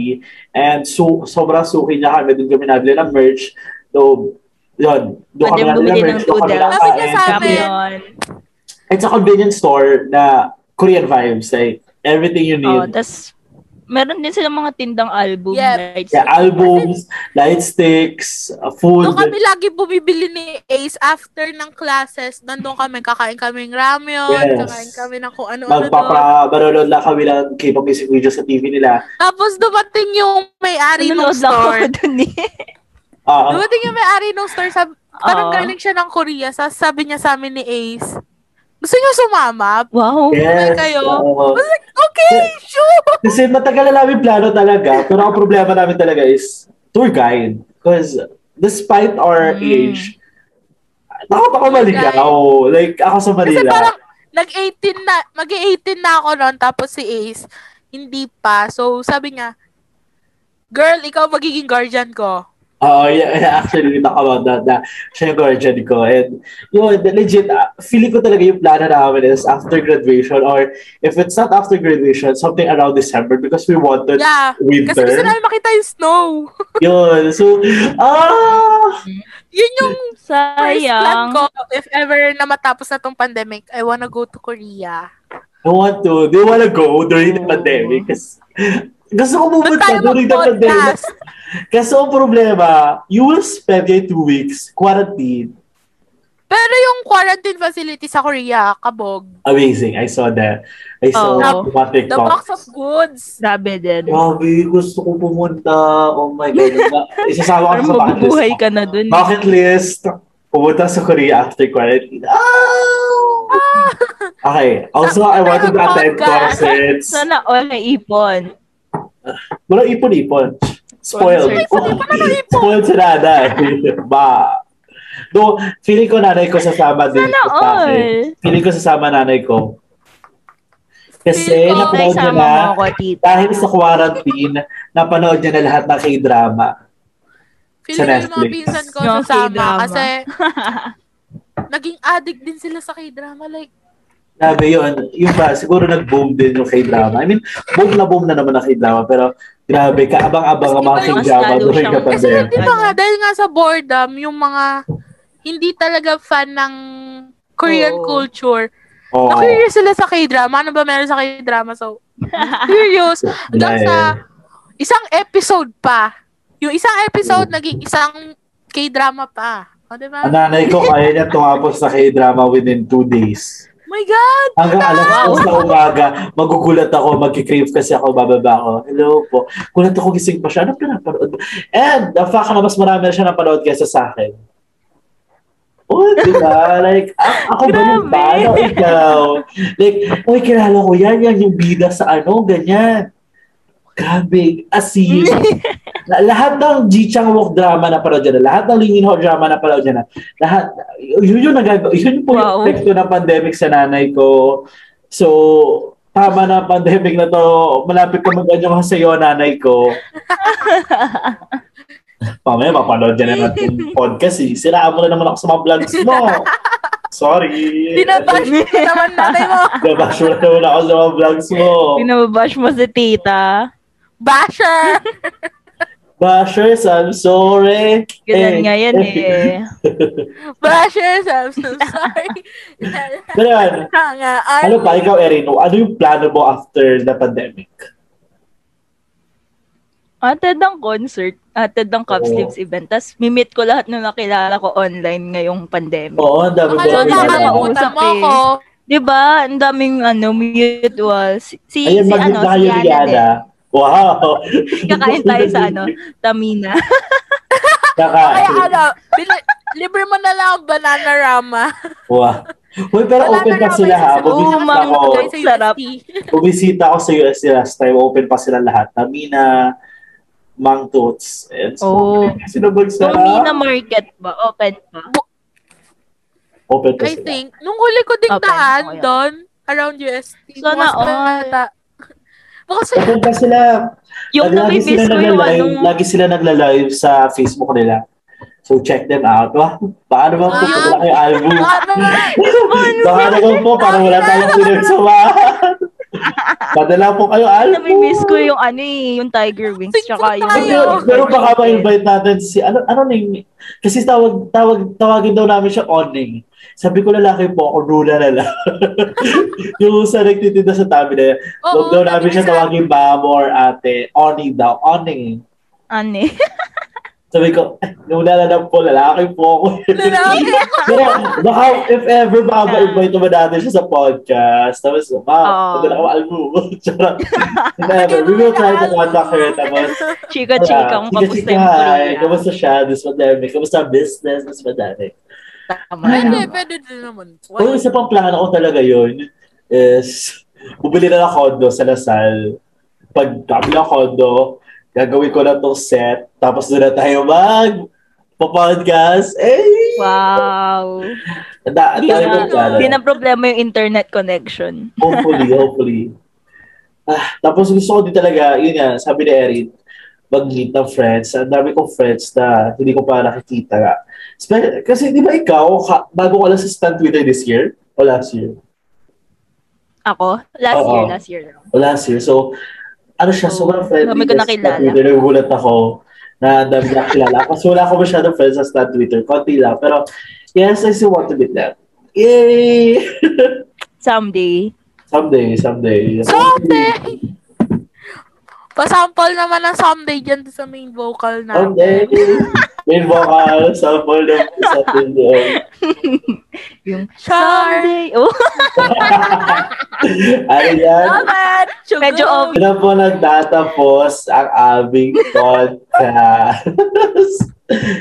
And so, sobrang suki niya kami. Doon kami nabili ng merch. So, yun. Doon kami
Pwede
nabili
Ah, bumili ng ah?
ng merch. Doon kami
noodles.
Sabi niya
nakain.
sa
Kami
amin.
yun.
It's a convenience store na Korean vibes. Like, everything you
Oh,
need.
tas meron din silang mga tindang album.
Yep.
Right?
Yeah, albums, light sticks, uh, food.
Doon kami lagi bumibili ni Ace after ng classes. Nandun kami, kakain kami ng ramyun,
Yes.
kakain kami ng kung ano-ano. doon.
Magpapa, manonood lang kami ng K-pop music videos sa TV nila.
Tapos dumating yung may-ari
Ano
ng
Nanonood lang ako
store.
dun eh.
Ah, ang
Dumating yung may-ari ng store, sabi, parang
Oo.
galing siya ng Korea. Sa, sabi niya sa amin ni Ace, gusto niyo sumama?
Wow.
Yes.
kayo?
oo.
I was like, okay, sure!
Kasi matagal na namin plano talaga. Pero ang problema namin talaga is tour guide. Because despite our
Mm.
age, takot ako maligaw. Like, ako sa
Kasi
Manila.
parang nag-18 na, mag-18 na ako noon tapos si Ace hindi pa. So sabi niya, "Girl, ikaw magiging guardian ko."
Oo, yeah, yeah, actually, we talk about that. Na, siya yung guardian ko. And, yun, legit, ah, feeling ko talaga yung plano namin is after graduation or if it's not after graduation, something around December because we wanted
Yeah.
winter.
Kasi gusto namin makita yung snow.
Yun. So, ah!
Yun yung
Ah,
first plan
Sayang.
ko. If ever na matapos na tong pandemic, I wanna go to Korea.
I want to. They wanna go during the
Oh.
pandemic. Kasi, gusto ko
Doon
pumunta
tayo
during the pandemic.
mag-podcast.
Kasi ang problema, you will spend your two weeks quarantine.
Pero yung quarantine facility sa Korea, kabog.
Amazing. I saw that. I saw
Oh.
oh. mga TikTok.
The box of goods.
Grabe din.
Grabe, gusto ko pumunta. Oh my God. Isasama
Parang
ko sa bucket
mabubuhay
list.
ka na dun. eh.
Bucket list. Pumunta sa Korea after quarantine. Ah! Okay. Also, I want to attend concerts.
Sana all na ipon.
Walang ipon-ipon. Spoiled.
Concert.
Spoiled si nanay. Ba. No, feeling ko nanay ko sasama din.
Sana
ko sa akin.
all.
Feeling ko sasama nanay ko. Kasi
Feeling ko
napanood niya
Naisama
na,
mo ako, tita.
dahil sa quarantine, napanood niya na lahat ng k-drama.
Feeling
Sa
ko yung mga
Netflix.
pinsan ko
Yung
sasama
K-drama.
kasi naging addict din sila sa K-drama. Like,
Grabe yun. Yung ba, siguro nag-boom din yung K-drama. I mean, boom na boom na naman ang K-drama, pero grabe, kaabang-abang ang mga
Mas iba yung
mas
K-drama
lalo
during
siyang-
the
Kasi
pandemic.
hindi ba nga, dahil nga sa boredom, yung mga hindi talaga fan ng Korean
Oo.
culture.
Oo.
Na-curious sila sa K-drama. Ano ba meron sa K-drama? So, curious. Hanggang
Dahil-
sa isang episode pa. Yung isang episode, naging isang K-drama pa. O, di ba?
Ang nanay ko, kaya niya tumapos sa K-drama within two days.
my God!
Hanggang alas
Wow.
2 na umaga, magugulat ako, magkikrave kasi ako, bababa ako. Hello po. Gulat ako, gising pa siya. Ano pinapanood mo? And the fact na mas marami na siya napanood kaysa sa akin. Oh, di ba? Like, a- ako ba yung
Grabe.
paano ikaw? Like, uy, kilala ko yan, yan yung bida sa ano, ganyan. Grabe, as in. La- lahat ng Ji Chang Wook drama na parod na, lahat ng Lee Min Ho drama na parod na, lahat, yun yung nagagawa, yun po
Wow.
yung epekto ng pandemic sa nanay ko. So, tama na ang pandemic na to, malapit ka mag-anyong hasayo, nanay ko. Mamaya, mapanood niya naman yung podcast eh. Siraan mo na naman ako sa mga vlogs mo. Sorry.
Binabash mo naman natin mo.
Binabash mo na naman ako sa mga vlogs mo.
Binabash mo si tita.
Basher!
Bashers, I'm sorry.
Ganun
Eh,
nga yan eh.
Basher! I'm so sorry.
Pero yan,
Nga,
ano pa, ikaw, Erin, ano yung plano mo after the pandemic?
Ated ang concert, ated ang Cup
Oo.
Sleeves event. Tapos mimit ko lahat nung nakilala ko online ngayong pandemic.
Oo, ang dami
Wala ka
mo.
Akala ko
mauwi.
nakalimutan mo ako.
Di Ano ba? Ang daming ano, mutual. Si, si, si
Ayan,
ano,
mag-meet na
si
kayo ni
Yana
Yana.
din.
Wow!
Kakain tayo sa ano, Tamina.
Kaya
Kaka.
ano, bin- libre mo na lang ang banana rama.
Wow. Uy, pero open pa sila ha.
Oo,
Bumisita
ma'am.
ako.
Guys, Sarap.
Bumisita ako sa US last time. Open pa sila lahat. Tamina, Mang Toots, and
Oo.
so, sino ba sa...
Tamina Market ba? Open pa?
Open pa
I
sila.
think, nung huli ko ding
Open,
daan
okay.
doon, around UST.
So, na all.
Bukas na
Open pa sila.
Yung
lagi
namimiss ko
sila
yung
nagla-live.
anong...
Lagi sila nagla-live sa Facebook nila. So, check them out. Wah, paano ba po
Ah.
wala kayo album? Baka
Ano
naman po, para wala tayong pinagsamahan. Padala po kayo album.
Namimiss ko yung ano eh, yung Tiger Wings,
Sing
tsaka
po
yung...
tayo.
Pero, pero baka ma-invite natin si, ano, ano na yung, kasi tawag, tawag, tawagin daw namin siya oning. Sabi ko lalaki po, ako rula na lang. yung sa nagtitinda sa tabi na yan. Huwag daw namin siya tawagin ma'am or ate. Oning daw, oning.
Ano eh.
Sabi ko, eh, nung lalalang po, lalaki po ako. pero baka, if ever, baka ma-invite naman natin siya sa podcast. Tapos,
Oo.
ma'am, padala ko album. Charot. If ever, we will try to contact her. Tapos,
Chika-chika, kung kapusta yung tuloy
tuloy. Kamusta siya this pandemic? Kamusta ang business this pandemic?
Tama.
Pwede, pwede din naman.
O yung
Wala.
isa pang plano ko talaga yun is bubili na ng condo sa Lasal. Pag kami ng condo, gagawin ko na tong set. Tapos doon na tayo mag podcast. Eh!
Wow.
Ang da- ang
Di
dami
na-
kong plano.
Di na problema yung internet connection.
Hopefully, hopefully. Ah, tapos gusto ko din talaga, yun nga, sabi ni Erin, mag-meet ng friends. Ang dami kong friends na hindi ko pa nakikita. nga. Spe- Kasi di ba ikaw, ka- bago ka lang sa Stan Twitter this year? O last year?
Ako? Last
Oo.
year, last year lang.
O last year. So, ano siya,
Oo.
sobrang
Oh,
friendly.
Dami ko
na
nakilala.
Stan Twitter, nagulat ako na ang dami na kilala. Kasi wala ako masyadong friends sa Stan Twitter. Konti lang. Pero, yes, I still want to meet them. Yay!
Someday.
someday, someday.
Someday! Pasample naman ng someday dyan sa main vocal na.
Someday! Main vocal, sample ng sa Tinder.
Yung
Char!
someday. Oh,
Ano yan?
Naman!
medyo off.
Ano po nagtatapos ang aming podcast?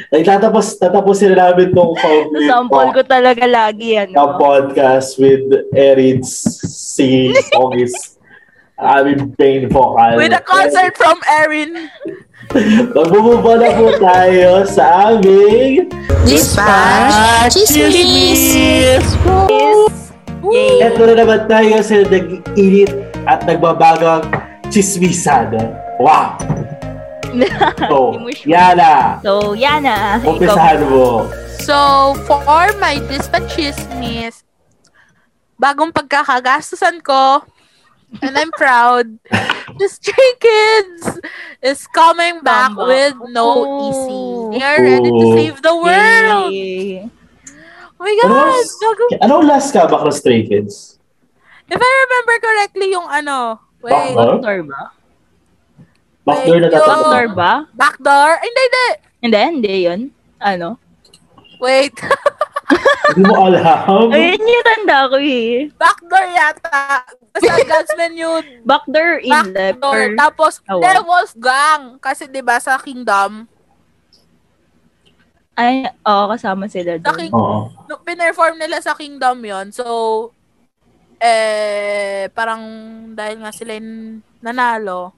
nagtatapos, tatapusin na namin tong COVID
Sample ko talaga lagi yan.
na podcast with Erin's singing songs. Ang aming main vocal.
With a concert from Erin.
Magbububo na po tayo sa aming
Dispatch Chismis!
Yay.
Eto na naman tayo sa nag-init at nagbabagang chismisan. Wow! So,
Hindi mo sure.
Yana,
So, yan na. Ikaw.
umpisahan mo.
So, for my dispatches, miss, bagong pagkakagastusan ko. And I'm proud. The Stray Kids is coming back
Tama.
with no
Oh.
easy. They are ready to
Oh.
save the world.
Yay.
Oh my God!
Yes.
bagong-
Anong Ano last ka back ng Stray Kids?
If I remember correctly, yung ano, wait,
Backdoor?
Doctor ba?
Backdoor na
Medyo-
tatanong.
Doctor ba?
backdoor? Ay, Hindi, hindi.
Hindi, hindi yun. Ano?
Wait,
Hindi mo alam.
Ayun yung tanda ko eh.
backdoor yata. Basta God's Menu,
Backdoor in Oh, left.
backdoor. Tapos,
Awa.
Devil's Gang. Kasi di ba sa Kingdom,
Ay, oo, kasama sila
sa
doon.
King,
Oo.
nung pinerform nila sa Kingdom yon so, eh, parang dahil nga sila yung nanalo,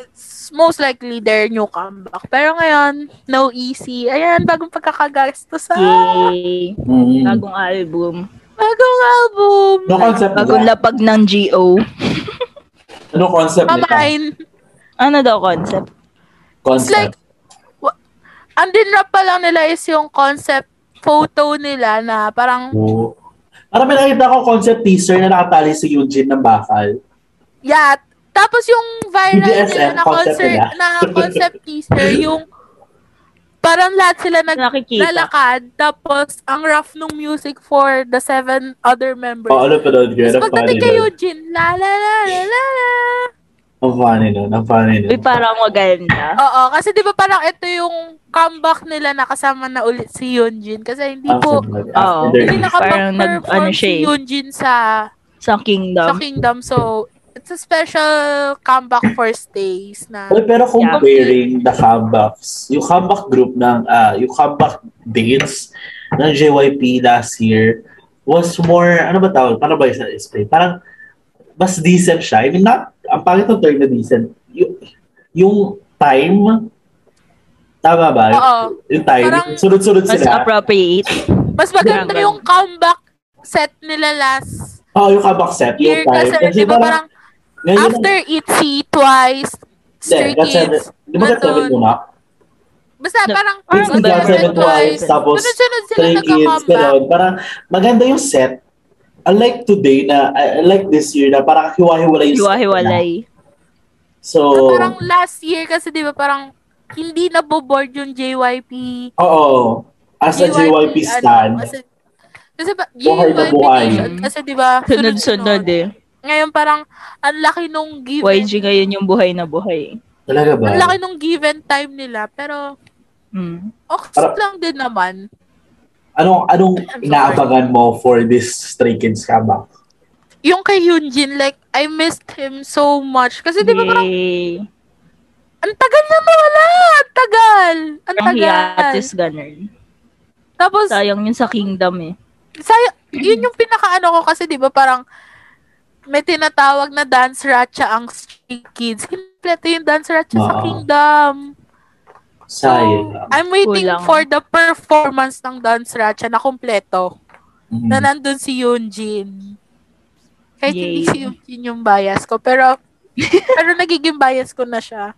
it's most likely their new comeback. Pero ngayon, no easy. Ayan, bagong pagkakagastusan.
Yay!
Mm.
Bagong album.
Bagong album.
No concept
Bagong
nila.
lapag ng GO.
No concept nila.
Mamain.
Ano daw concept?
It's like,
Concept.
wa- ang dinrap pa lang nila is yung concept photo nila na parang,
Oo. Parang may nakita ko concept teaser na nakatali si Eugene ng bakal.
yeah. Tapos yung viral nila
BDSM
na
concept
concert,
nila.
na concept teaser, yung parang lahat sila
Nakikita.
naglalakad, tapos ang rough nung music for the seven other members.
Oo, ano pa doon? Yun, ang
Tapos
funny
pagdating kay
nun.
Eugene, la la la la la la.
Ang funny nun. Ang funny nun.
Uy, parang maganda.
Oo, kasi di ba parang ito yung comeback nila nakasama na ulit si Yunjin kasi
Ah,
hindi
Oo.
po hindi
Parang
After,
nag- ano
nakapag-perform
siya
si
eh. Um,
Yunjin sa
Sa
sa
Kingdom.
Kingdom so it's a special comeback for stays na
Uy, pero comparing the comebacks, yung comeback group ng, ah, yung comeback dates ng JYP last year was more, ano ba tawag? Paano ba isa explain? Parang, mas decent siya. I mean, not, ang pangit ng term na decent. Yung, yung time, tama ba?
Oo.
Yung time,
Parang
sunod-sunod
Mas
sila.
appropriate.
mas maganda
Grabe.
yung comeback set nila last
Oo, Ah, yung comeback set,
year
yung time.
kasi, di ba parang
ngayon,
after ITZY, twice Stray
Hindi,
Kids
Di ba
nandun.
gat-seven muna?
basta
No,
parang
parang
God's
God's
Seven
Seven
twice
Twice, tapos
sunod-sunod sila
Three kids,
nagka-comeback
ganun. Parang maganda yung set. Unlike today na, I I like this year na parang hiwa-hiwalay yung set na.
Hiwa-hiwalay.
So,
Na Ah, parang last year kasi 'di ba parang hindi na board yung JYP.
oo. As a JYP stand.
Ano, kasi, kasi ba,
Buhay na
JYP
buhay.
Nation, kasi 'di ba
Mm-hmm. Sunod-sunod eh.
Ngayon parang ang laki nung give and,
YG ngayon yung buhay na buhay.
Talaga ba?
ang laki nung give and time nila pero
Mm.
ox
Parang-
lang din naman.
Anong, anong
sorry.
inaabangan mo for this Stray Kids comeback?
Yung kay Hyunjin like I missed him so much kasi 'di ba parang
Yay.
ang tagal niya mawala, ang tagal. Ang
Parang
tagal.
hiatus ganun.
Tapos
Sayang yun sa Kingdom eh.
Sayo, yun yung pinakaano ko kasi 'di ba parang may tinatawag na dance ratcha ang Stray Kids. Kompleto yung dance ratcha
Oo.
sa Kingdom. So,
Sayang.
I'm waiting
Kulang.
for the performance ng dance ratcha na kompleto.
Mhm.
Hmm.
Na nandun si Yunjin. Kahit
Yay.
hindi si Yunjin yung bias ko. Pero, pero nagiging bias ko na siya.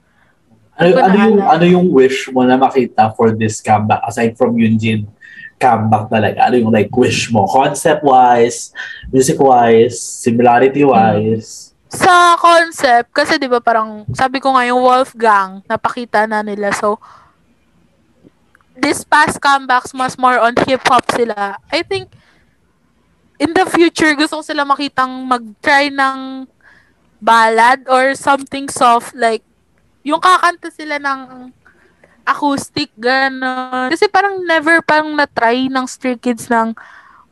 Ano,
ko na
ano, yung,
alam.
ano yung wish mo na makita for this comeback? Aside from Yunjin comeback talaga, ano yung like wish mo? Concept-wise, music-wise, similarity-wise.
Sa concept, kasi 'di ba parang sabi ko nga yung Wolfgang napakita na nila. So this past comebacks mas more on hip hop sila. I think in the future gusto ko sila makitang mag-try ng ballad or something soft like yung kakanta sila ng acoustic ganon. Kasi parang never parang na-try ng Stray Kids ng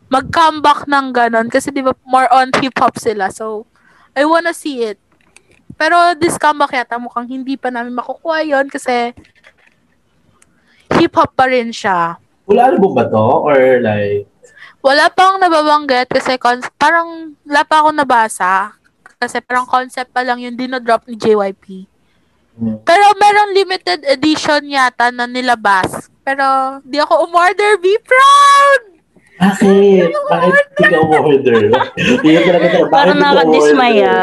mag-comeback ng ganon kasi 'di ba more on hip hop sila. So I wanna see it. Pero this comeback yata mukhang hindi pa namin makukuha yon kasi hip-hop pa rin siya.
Wala album ba to? Or like,
Wala pang nababanggit kasi cons- parang wala pa akong nabasa. Kasi parang concept pa lang yung dinodrop ni JYP.
mm,
Pero merong limited edition yata na nilabas. Pero di ako umorder, be proud!
bakit? Bakit di ka umorder? Yun talaga talaga. Bakit
Parang
di ka
nakadismaya.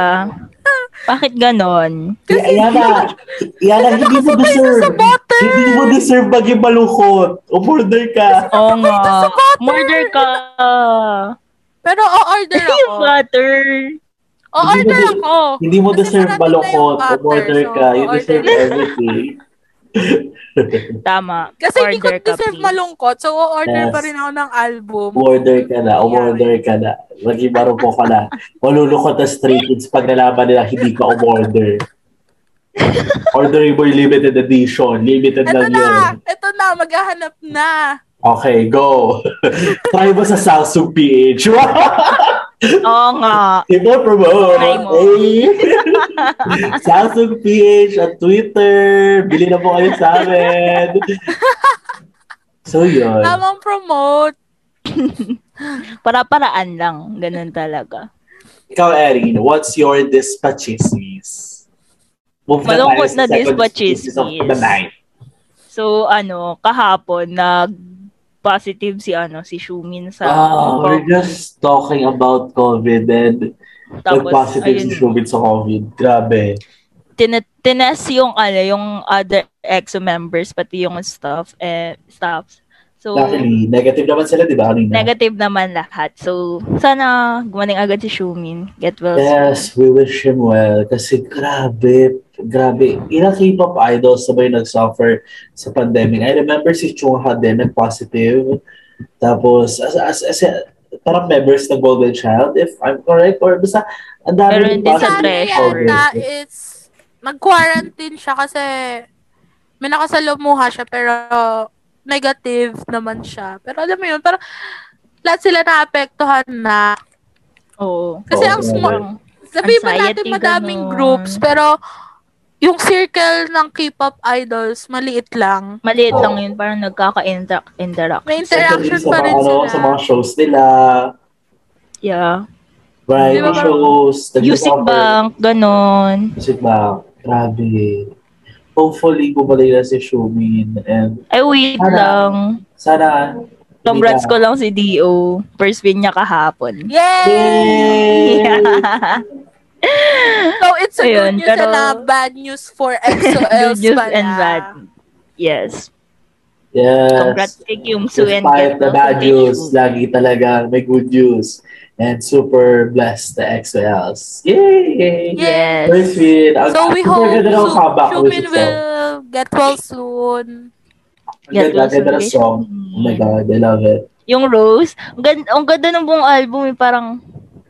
Bakit ganon?
Kasi, Yana, Yana, hindi mo deserve. Hindi mo deserve maging malungkot. Umorder ka.
Oo nga. Murder ka.
Pero o-order ako.
butter.
O-order
Hindi mo-
ako.
Hindi mo
Kasi
deserve
narating na yung
balokot.
butter,
Umorder
so
ka. You
order
deserve
na.
everything.
Tama.
Kasi hindi ko
Order ka,
deserve
please.
malungkot. So,
Yes.
o-order pa rin ako ng album.
Umorder ka na. Umorder ka na. Magibaro po ka na. Malulukot na street kids pag nalaman nila hindi ka umorder. Ordering mo yung limited edition. Limited
Ito
lang
na!
yun.
Ito na! Maghahanap na!
Okay, go. Try mo sa Samsung PH.
Oo nga.
Iba
Try
promote.
mo.
Hey. Samsung PH at Twitter. Bili na po kayo sa amin. So yun.
Tamang promote.
Para-paraan lang. Ganun talaga.
Ikaw, Erin, what's your dispatchismis? Move
Malungkot
tayo sa
na
second
dispatchismis.
dispatchismis of the night.
So, ano, kahapon, nag positive si ano si Shumin sa
Ah, we're just talking about COVID and nag-positive si Shubid sa COVID. Grabe.
tin- tinest yung ano, yung other EXO members pati yung staff eh staffs. So
Luckily, negative naman sila, di ba? Kanina?
negative naman lahat. So sana gumaling agad si Shumin. Get well. soon.
Yes, we wish him well. Kasi grabe, grabe. Ilang K-pop idols na ba yung nag-suffer sa pandemic? I remember si Chung Ha din, nag-positive. Tapos, as, as, as, parang members ng Golden Child, if I'm correct, or basta, ang
Pero
dami yung
hindi sa
Sa
positive
threshold.
yata,
COVID.
it's... Nag-quarantine siya kasi may nakasalamuha siya pero negative naman siya. Pero alam mo yun, parang lahat sila naapektuhan na.
Oo.
Kasi
Oo,
ang small,
grabe.
Sabihin pa natin
Anxiety,
madaming
ganun.
groups, pero yung circle ng K-pop idols, maliit lang.
Maliit
Oh.
lang yun, parang nagkaka-interact. Interact.
May
Sa-
interaction
sa
pa
mga,
rin
ano,
sila.
Sa mga shows nila,
Yeah.
variety
Di ba, parang-
shows,
Music
nag-cover.
bank, ganon.
Music Bank. Grabe. Hopefully, bumalik na si Shumin. And
Ay, wait
Sana.
lang.
sana,
Congrats ko lang si Dio. First win niya kahapon.
Yay!
Yay!
So, it's a
Ayun,
good news
pero-
and a bad news for
Good
XOLs
news
pala.
and bad. Yes.
Yes.
Congrats kay Kim Soo and get
Despite the
well
bad
soon, Kim
news,
Soo.
lagi talaga may good news. And super blessed the XOLs. Yay!
Yes.
First win. Ang-
So, we
super
hope
ganda ng
Su-
comeback with
Shumin
itself.
will get well soon.
Ang ganda,
Get
ganda
well
ng
soon,
song.
Kim.
Oh my God, I love it.
Mm. Yung Rose, ang ganda, ang ganda ng buong album, eh, parang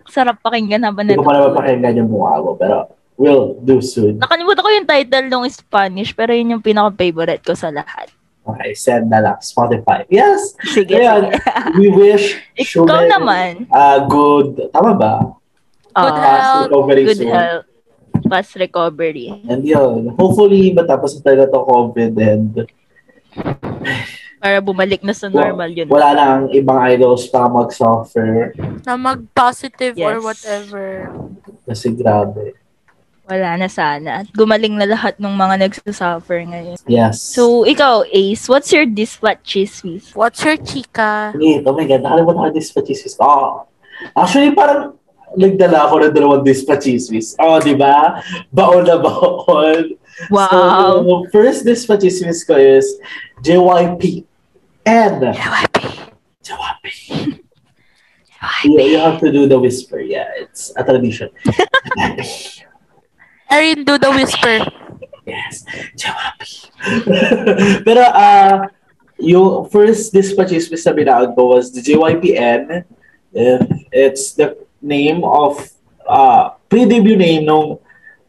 sarap pakinggan habang
Hindi ko pa naman
natutulog.
pakinggan yung mukha ko, pero we'll do soon.
Nakalimutan ko yung title ng Spanish, pero yun yung pinaka-favorite ko sa lahat.
Okay, send na lang. Spotify. Yes!
Sige,
Ayan,
sige.
we wish
Ikaw naman.
a good, tama ba?
Good
Ah,
health.
Fast recovery
good
soon.
health. Fast recovery.
And yun, hopefully matapos na talaga to COVID and
Para bumalik na sa normal yun.
wala na ang ibang idols pa mag-suffer
Na mag-positive or
Yes.
whatever.
kasi grabe.
Wala na sana. At gumaling na lahat ng mga nagsasuffer ngayon.
Yes.
So, ikaw, Ace, what's your dispatch chismis?
What's your chika?
Wait, oh my God, nakalimutan ko yung dispatchismis. Oh. Actually, parang nagdala ako ng dalawang dispatchismis. Oh, di ba? Baon na baon.
Wow.
So, first dispatchismis ko is JYP. And JYP. You, you have to do the whisper. Yeah, it's a tradition.
Erin, do the whisper.
Yes, JYP. Pero, ah, yung first dispatches we sabi na ko was the JYPN. If it's the name of, ah, pre-debut name nung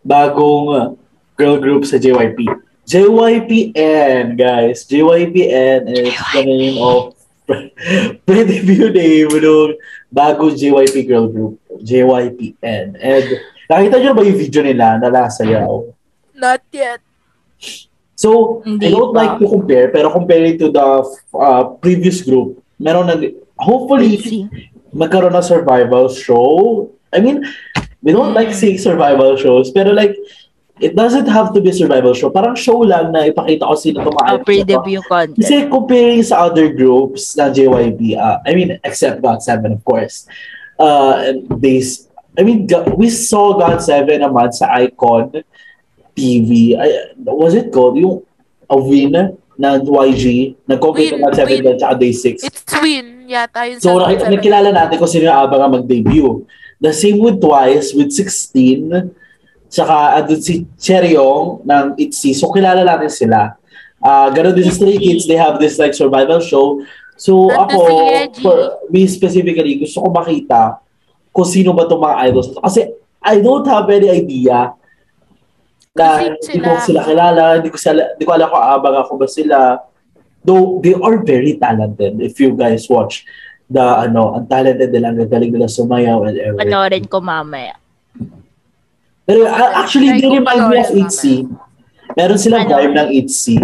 bagong girl group sa JYP. JYPN, guys. JYPN is the name of pre-debut name nung bagong JYP girl group. JYPN. And nakita nyo ba yung video nila na nasayaw?
Not yet.
So,
Hindi
I don't
pa.
like to compare, pero compare it to the uh, previous group. Meron na, hopefully,
Easy.
magkaroon ng survival show. I mean, we don't
Mm.
like seeing survival shows, pero like, it doesn't have to be a survival show. Parang show lang na ipakita ko sino
Uh,
diba? tumakas.
pre-debut content.
Kasi comparing sa other groups ng JYP, uh, I mean, except GOT7, of course, uh, and these, I mean, Go- we saw GOT7 naman sa Icon TV. I, was it called? Yung Awin ng YG, nag-compete
Win,
ng 7
win.
Dead tsaka Day 6.
It's Win yata yun.
So,
sa-
naki- nakilala natin kung sino yung abang ang mag-debut. The same with Twice, with 16, tsaka andun si Cheryong ng ITZY. So, kilala natin sila. Ah, ganun din sa Stray Kids, they have this like survival show. So,
Nandun
ako,
si Reggie.
for me specifically, gusto ko makita kung sino ba itong mga idols. na to. Kasi, I don't have any idea na
Kasi
hindi ko
sila-
sila kilala, hindi ko, sila, hindi ko alam kung abang ako ba sila. Though, they are very talented if you guys watch the ano, ang talented nila, ang galing nila sumayaw and everything.
Panoorin ko mamaya.
Pero uh, actually,
Ay,
they remind me of
kumakain
ITZY. Meron silang
Ano?
vibe ng ITZY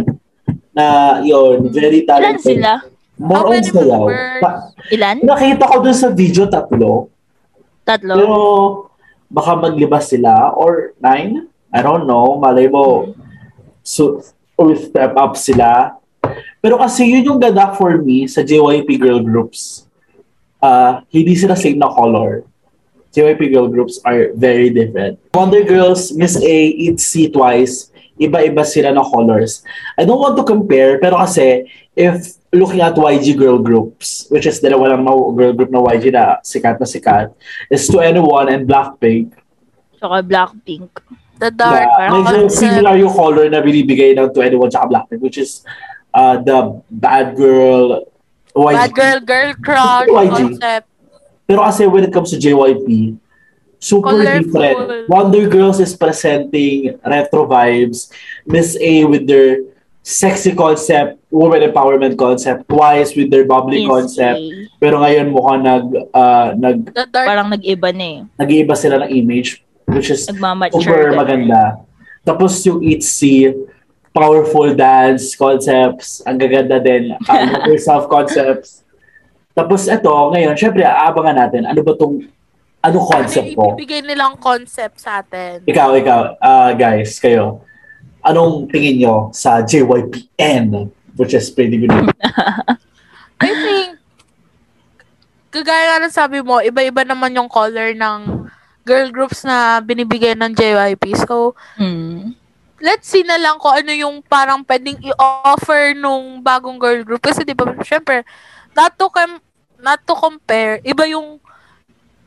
na yun, very
Ilan
talented.
sila?
More
Oh,
on
very
sayaw.
diverse.
Pa-
Ilan?
nakita ko dun sa video tatlo,
Tatlo?
pero baka maglima sila or nine? I don't know. Malay mo. So, or step up sila. Pero kasi yun yung ganda for me sa JYP girl groups. Ah, hindi sila same na color. JYP girl groups are very different. Wonder Girls, Miss A, ITZY, Twice, iba-iba sila na colors. I don't want to compare, pero kasi if looking at YG girl groups, which is dalawa lang na girl group na YG na sikat na sikat, is 2NE1 and Blackpink.
Tsaka Blackpink.
Na,
The Dark
medyo
Concept.
similar yung color na binibigay ng 2NE1 at Blackpink, which is uh, the bad girl YG.
Bad Girl, Girl Crush
YG.
Concept.
Pero kasi when it comes to JYP, super
Colorful.
different. Wonder Girls is presenting retro vibes. Miss A with their sexy concept, woman empowerment concept, Twice with their bubbly
Miss
concept.
A.
Pero ngayon mukhang nag, ah, nag,
The Dark
Parang nag-iba na eh.
nag-iiba sila ng image, which is
Nagmamature.
super maganda. Tapos yung ITZY, powerful dance concepts, ang gaganda din, uh, yourself concepts. Tapos ito, ngayon, syempre, aabangan natin, ano ba tong ano concept
Ano yung
ko?
ibibigay nilang concept sa atin?
Ikaw, ikaw, ah, guys, kayo, anong tingin nyo sa JYPN? Which is pretty good.
I think, kagaya nga ng sabi mo, iba-iba naman yung color ng girl groups na binibigay ng JYP. So,
Hmm.
let's see na lang kung ano yung parang pwedeng i-offer nung bagong girl group. Kasi di ba, syempre, not to, com- not to compare, iba yung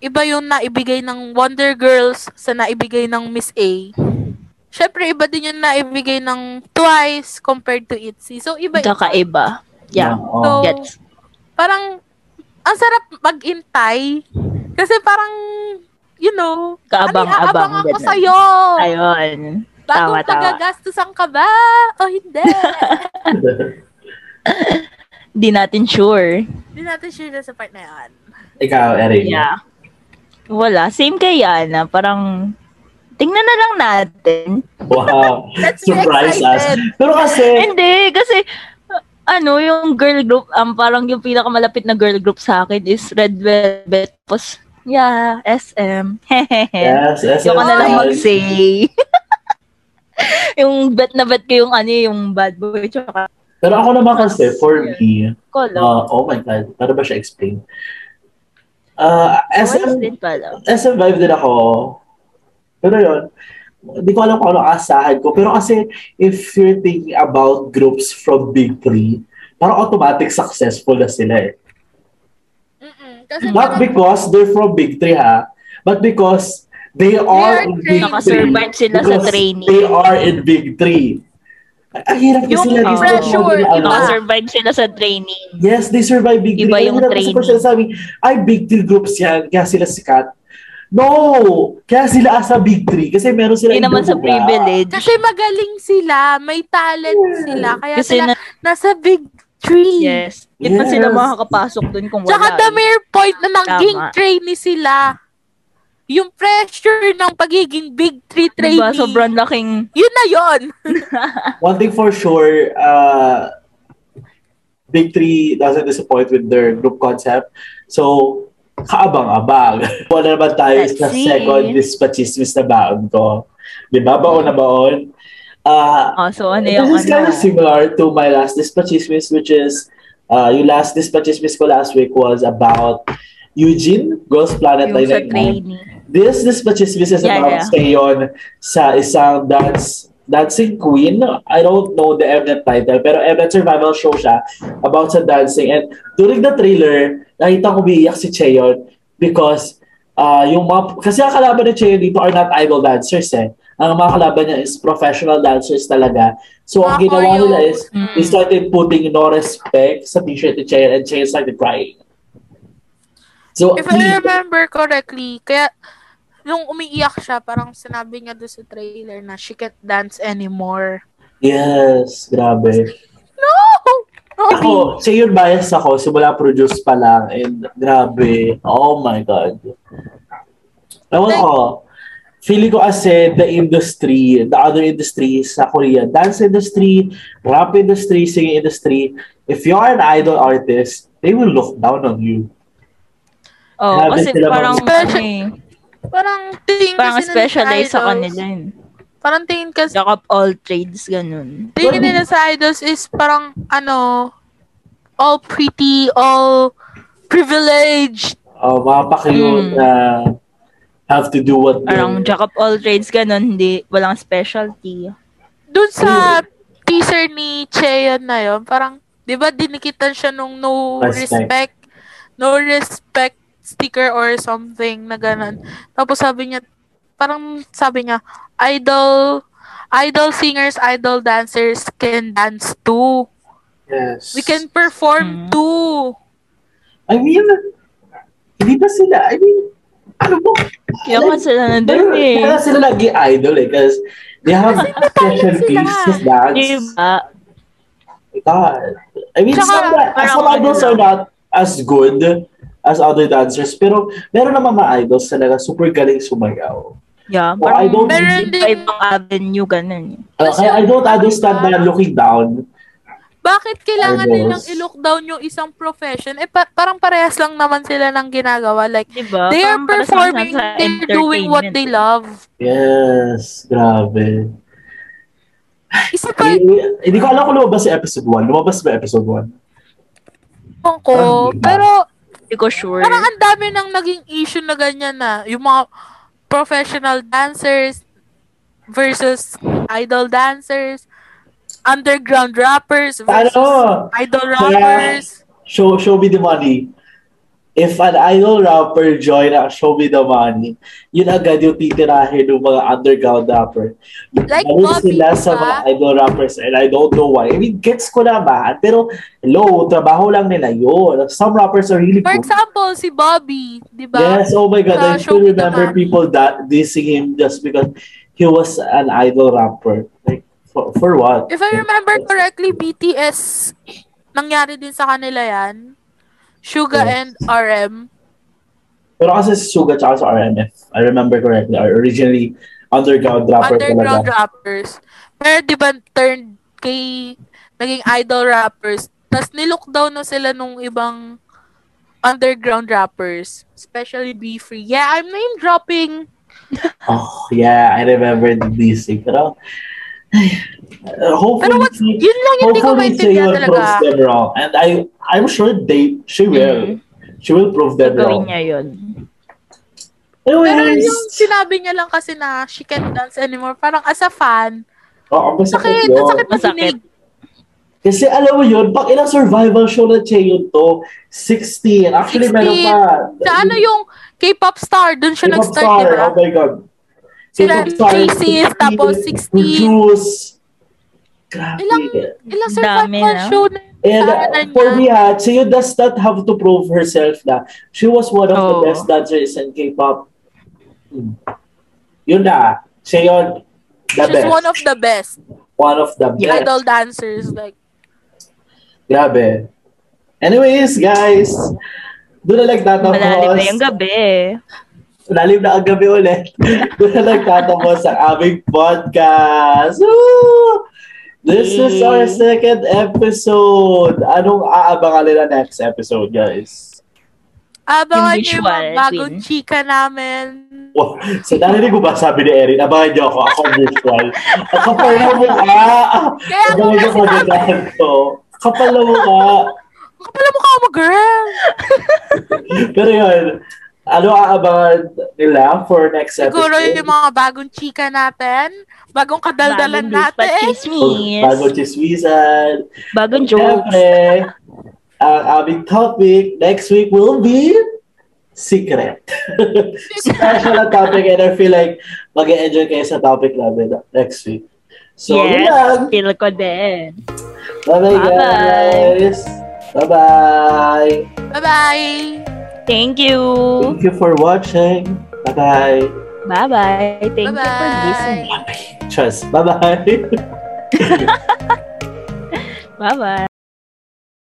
iba yung naibigay ng Wonder Girls sa naibigay ng Miss A. Syempre, iba din yung naibigay ng Twice compared to ITZY. So, iba
Kakaiba. Yeah.
Oo.
So,
Gets.
parang ang sarap maghintay kasi parang you know ano,
Kaabang-abang.
aabang ako
ganun.
sa'yo
Ayun.
bago
tama, tama.
magagastusan ka ba o hindi
Di natin sure.
hindi natin sure na sa part na yan
ikaw, Erin.
Yeah. Wala. Same kay Yana. Parang, tingnan na lang natin.
Wow.
let's be
Surprise us.
excited
Pero kasi,
Hindi, kasi uh, ano, yung girl group, um, parang yung pinakamalapit na girl group sa akin is Red Velvet. Tapos, yeah, SM. Hehehe.
yes, yes.
Yung
yes,
na lang
yes.
mag-say. yung bet na bet ko yung ano, yung bad boy tsaka
Pero ako naman kasi, for me,
color.
Uh, oh my God, paano ba siya explain? Uh,
Boys
SM,
din pala.
SM vibe din ako. Pero yun, hindi ko alam kung ano ang asahan ko. Pero kasi, if you're thinking about groups from Big Three, parang automatic successful na sila eh.
Mm-mm. kasi
Not
parang-
because they're from Big Three ha, but because they are
are
in Big Three.
trained.
Nakasurvive sila sa
Because
training.
They are in Big Three. Ang ang hirap
Yung
kasi nila rin sa
pressure,
mga ano.
iba.
Nakasurvive sila sa training.
Yes, they survive
Iba
Big Three.
yung
Kaya Kasi kung
training.
sinasabi, ay, Big Three groups yan, kaya sila sikat. No! Kaya sila asa Big Three kasi meron diba? sila...
Hindi naman sa
ibang-
privilege.
kasi magaling sila may talent sila kaya
Kasi
sila
na,
nasa big tree
yes. Hindi pa
Yes.
sila makakapasok dun kung wala.
Tsaka the
eh.
mere point na naging
Tama.
trainee sila. Yung pressure ng pagiging big three trainee.
Diba, sobrang laking
Yun na yun.
One thing for sure, uh, Big Three doesn't disappoint with their group concept. So, kaabang-abang. Wala naman tayo
Let's
sa
see.
second dispachismis na baon ko. Di ba? Baon na baon. Ah,
Oh, so ano yung
This is kind
ano?
of similar to my last dispatchismis, which is, uh, yung last dispatchismis ko last week was about Eugene, Girls Planet
Yung sa
999.
training.
This dispatchismis is
Yeah,
about
yeah.
stay on sa isang dance Dancing Queen. I don't know the Mnet title, pero Mnet Survival Show siya about sa dancing. And during the trailer, nakita ko umiiyak si Cheon because uh, yung mga, kasi ang kalaban ni Cheon dito are not idol dancers eh. Ang mga kalaban niya is professional dancers talaga. So, ang
Mga
ginawa
choreo.
nila is,
Mm.
mm.
they started putting no respect sa t-shirt ni Cheon and Cheon started crying. So,
If I remember correctly, kaya nung umiiyak siya, parang sinabi niya doon sa trailer na she can't dance anymore.
yes, grabe.
No!
Ako, sa yun bias ako, simula produce pa lang, and grabe, oh my God. Ewan ko, feeling ko kasi the industry, the other industries sa Korea, dance industry, rap industry, singing industry, if you are an idol artist, they will look down on you.
Oh,
Grabe
kasi
sila
parang,
mga-
ano eh,
Parang tingin
parang
kasi nila
specialized sa
idols-
kanila yun.
Parang tingin kasi
Jack of all trades, ganun.
tingin nila sa idols is parang ano all pretty, all privileged.
Oh, mga pakiyot
Hmm.
Mm.
na have to do what they...
Parang jack of all trades, ganun. Hindi, walang specialty.
Doon sa teaser ni Cheon na yon, parang 'di ba dinikitan siya nung no
Respect.
respect. no respect sticker or something na ganun. Tapos sabi niya parang sabi niya idol idol singers, idol dancers can dance too.
Yes.
We can perform
Mm.
too.
I mean, hindi ba sila, I mean, ano ba?
Kaya nga sila nandun
Pero,
eh.
Kaya sila lagi idol eh. Because they have special
sila.
piece to dance.
Diba?
God. I mean,
Tsaka,
some,
parang
some
ano
idols
lang.
are not as good as other dancers. Pero meron naman mga idols talaga super galing sumayaw.
Yeah,
Oh, I don't-
iba
Meron din
ibang avenue, ganun. eh.
Uh, kaya I don't understand na looking down.
Bakit kailangan
Idols.
nilang i-look down yung isang profession? Eh, pa- parang parehas lang naman sila ng ginagawa. Like,
Diba?
they are
Parang para sa
performing,
nasa
they're doing what they
entertainment.
love.
Yes, grabe.
Isa pa
Hindi hindi ko alam kung lumabas sa episode 1. Lumabas ba episode 1?
yun ko, pero
Hindi ko sure.
parang ang dami nang naging issue na ganyan na. Yung mga professional dancers versus idol dancers, underground rappers versus
Ano?
idol rappers.
Show, show me the money. If an idol rapper join ang Show Me The Money, yun agad yung titirahin ng mga underground rapper.
Like
Lalo
Bobby,
sila sa
diba?
mga idol rappers and I don't know why. I mean, gets ko naman. Pero, hello, trabaho lang nila yun. Some rappers are really
For
good.
example, si Bobby, di ba?
Yes, oh my God. I
Sa Show
still
Me The
remember
Money.
people that dissing him just because he was an idol rapper. Like, for, for what?
If I remember correctly, BTS, nangyari din sa kanila yan. Suga
Yes.
and RM.
Pero kasi si Suga tsaka sa RMF, I remember correctly, are originally underground rapper
underground
talaga.
rappers. Pero di ba turned kay naging idol rappers. Tapos nilook down na sila nung ibang underground rappers. Especially Be Free. Yeah, I'm name dropping.
Oh, yeah, I remember the dissing. Pero, uh,
Pero
hopefully,
what, yun lang yung hindi ko
hopefully
maintindihan
Taylor proves
talaga. Mm-hmm.
them wrong. And I, I'm sure they, she will. She will prove them
Gawin
wrong.
niya yun.
Pero
Anyways,
yung sinabi niya lang kasi na she can't dance anymore. Parang as a fan.
oo, masakit
Sakit.
yun.
Ang sakit na
Masakit.
sinig.
Kasi alam mo yun, pag ilang survival show na Cheyon to, 16. Actually, meron pa.
Sa ano yung K-pop star. Doon siya
K-pop
nag-start,
star,
di ba?
Oh my God.
Sila
K-pop star,
Jay-Z, tapos 16.
Juice. Grabe.
Ilang- Ilang
Ang dami,
survival
no?
show na
And
Tama
uh,
na
for
niya.
me, ha, Cheo does not have to prove herself na she was one of the
Oo.
best dancers in K-pop. Hmm. Yun na. Cheo, the
She's
best.
one of the best
One of the best.
idol dancers. Like,
Grabe. Anyways, guys, doon na
Malalim na
nagtatapos.
yung gabi.
Lalim na ang gabi ulit. Doon na nagtatapos ang aming podcast. Woo! This is our second episode. Anong aabangan nila next episode, guys?
abangan
Yung
niyo yung mga
visual,
bagong
Queen.
chika namin.
Wow. So, narinig ko ba sabi ni Erin, abangan niyo ako. Ako virtual. Ang kapal na mukha.
Kaya ako
Abangan niyo
kasi
ako na ko. Kapal na mukha.
kapala mo ka mo, girl!
Pero yun, ano aabangan nila for next episode?
Siguro yung mga bagong chika natin, bagong kadaldalan natin.
Chismis.
Bago chismisan.
Bagong jokes.
Siyempre, ang aming topic next week will be secret. Special ang topic and I feel like mag-enjoy kayo sa topic namin next week. So, yun
yes,
lang.
feel ko din.
Bye-bye,
Bye-bye.
guys. Bye-bye.
Bye-bye!
Thank you.
Thank you for watching. Bye-bye.
Bye-bye. Thank you for
Bye-bye.
listening.
Cheers. Bye-bye.
Bye-bye.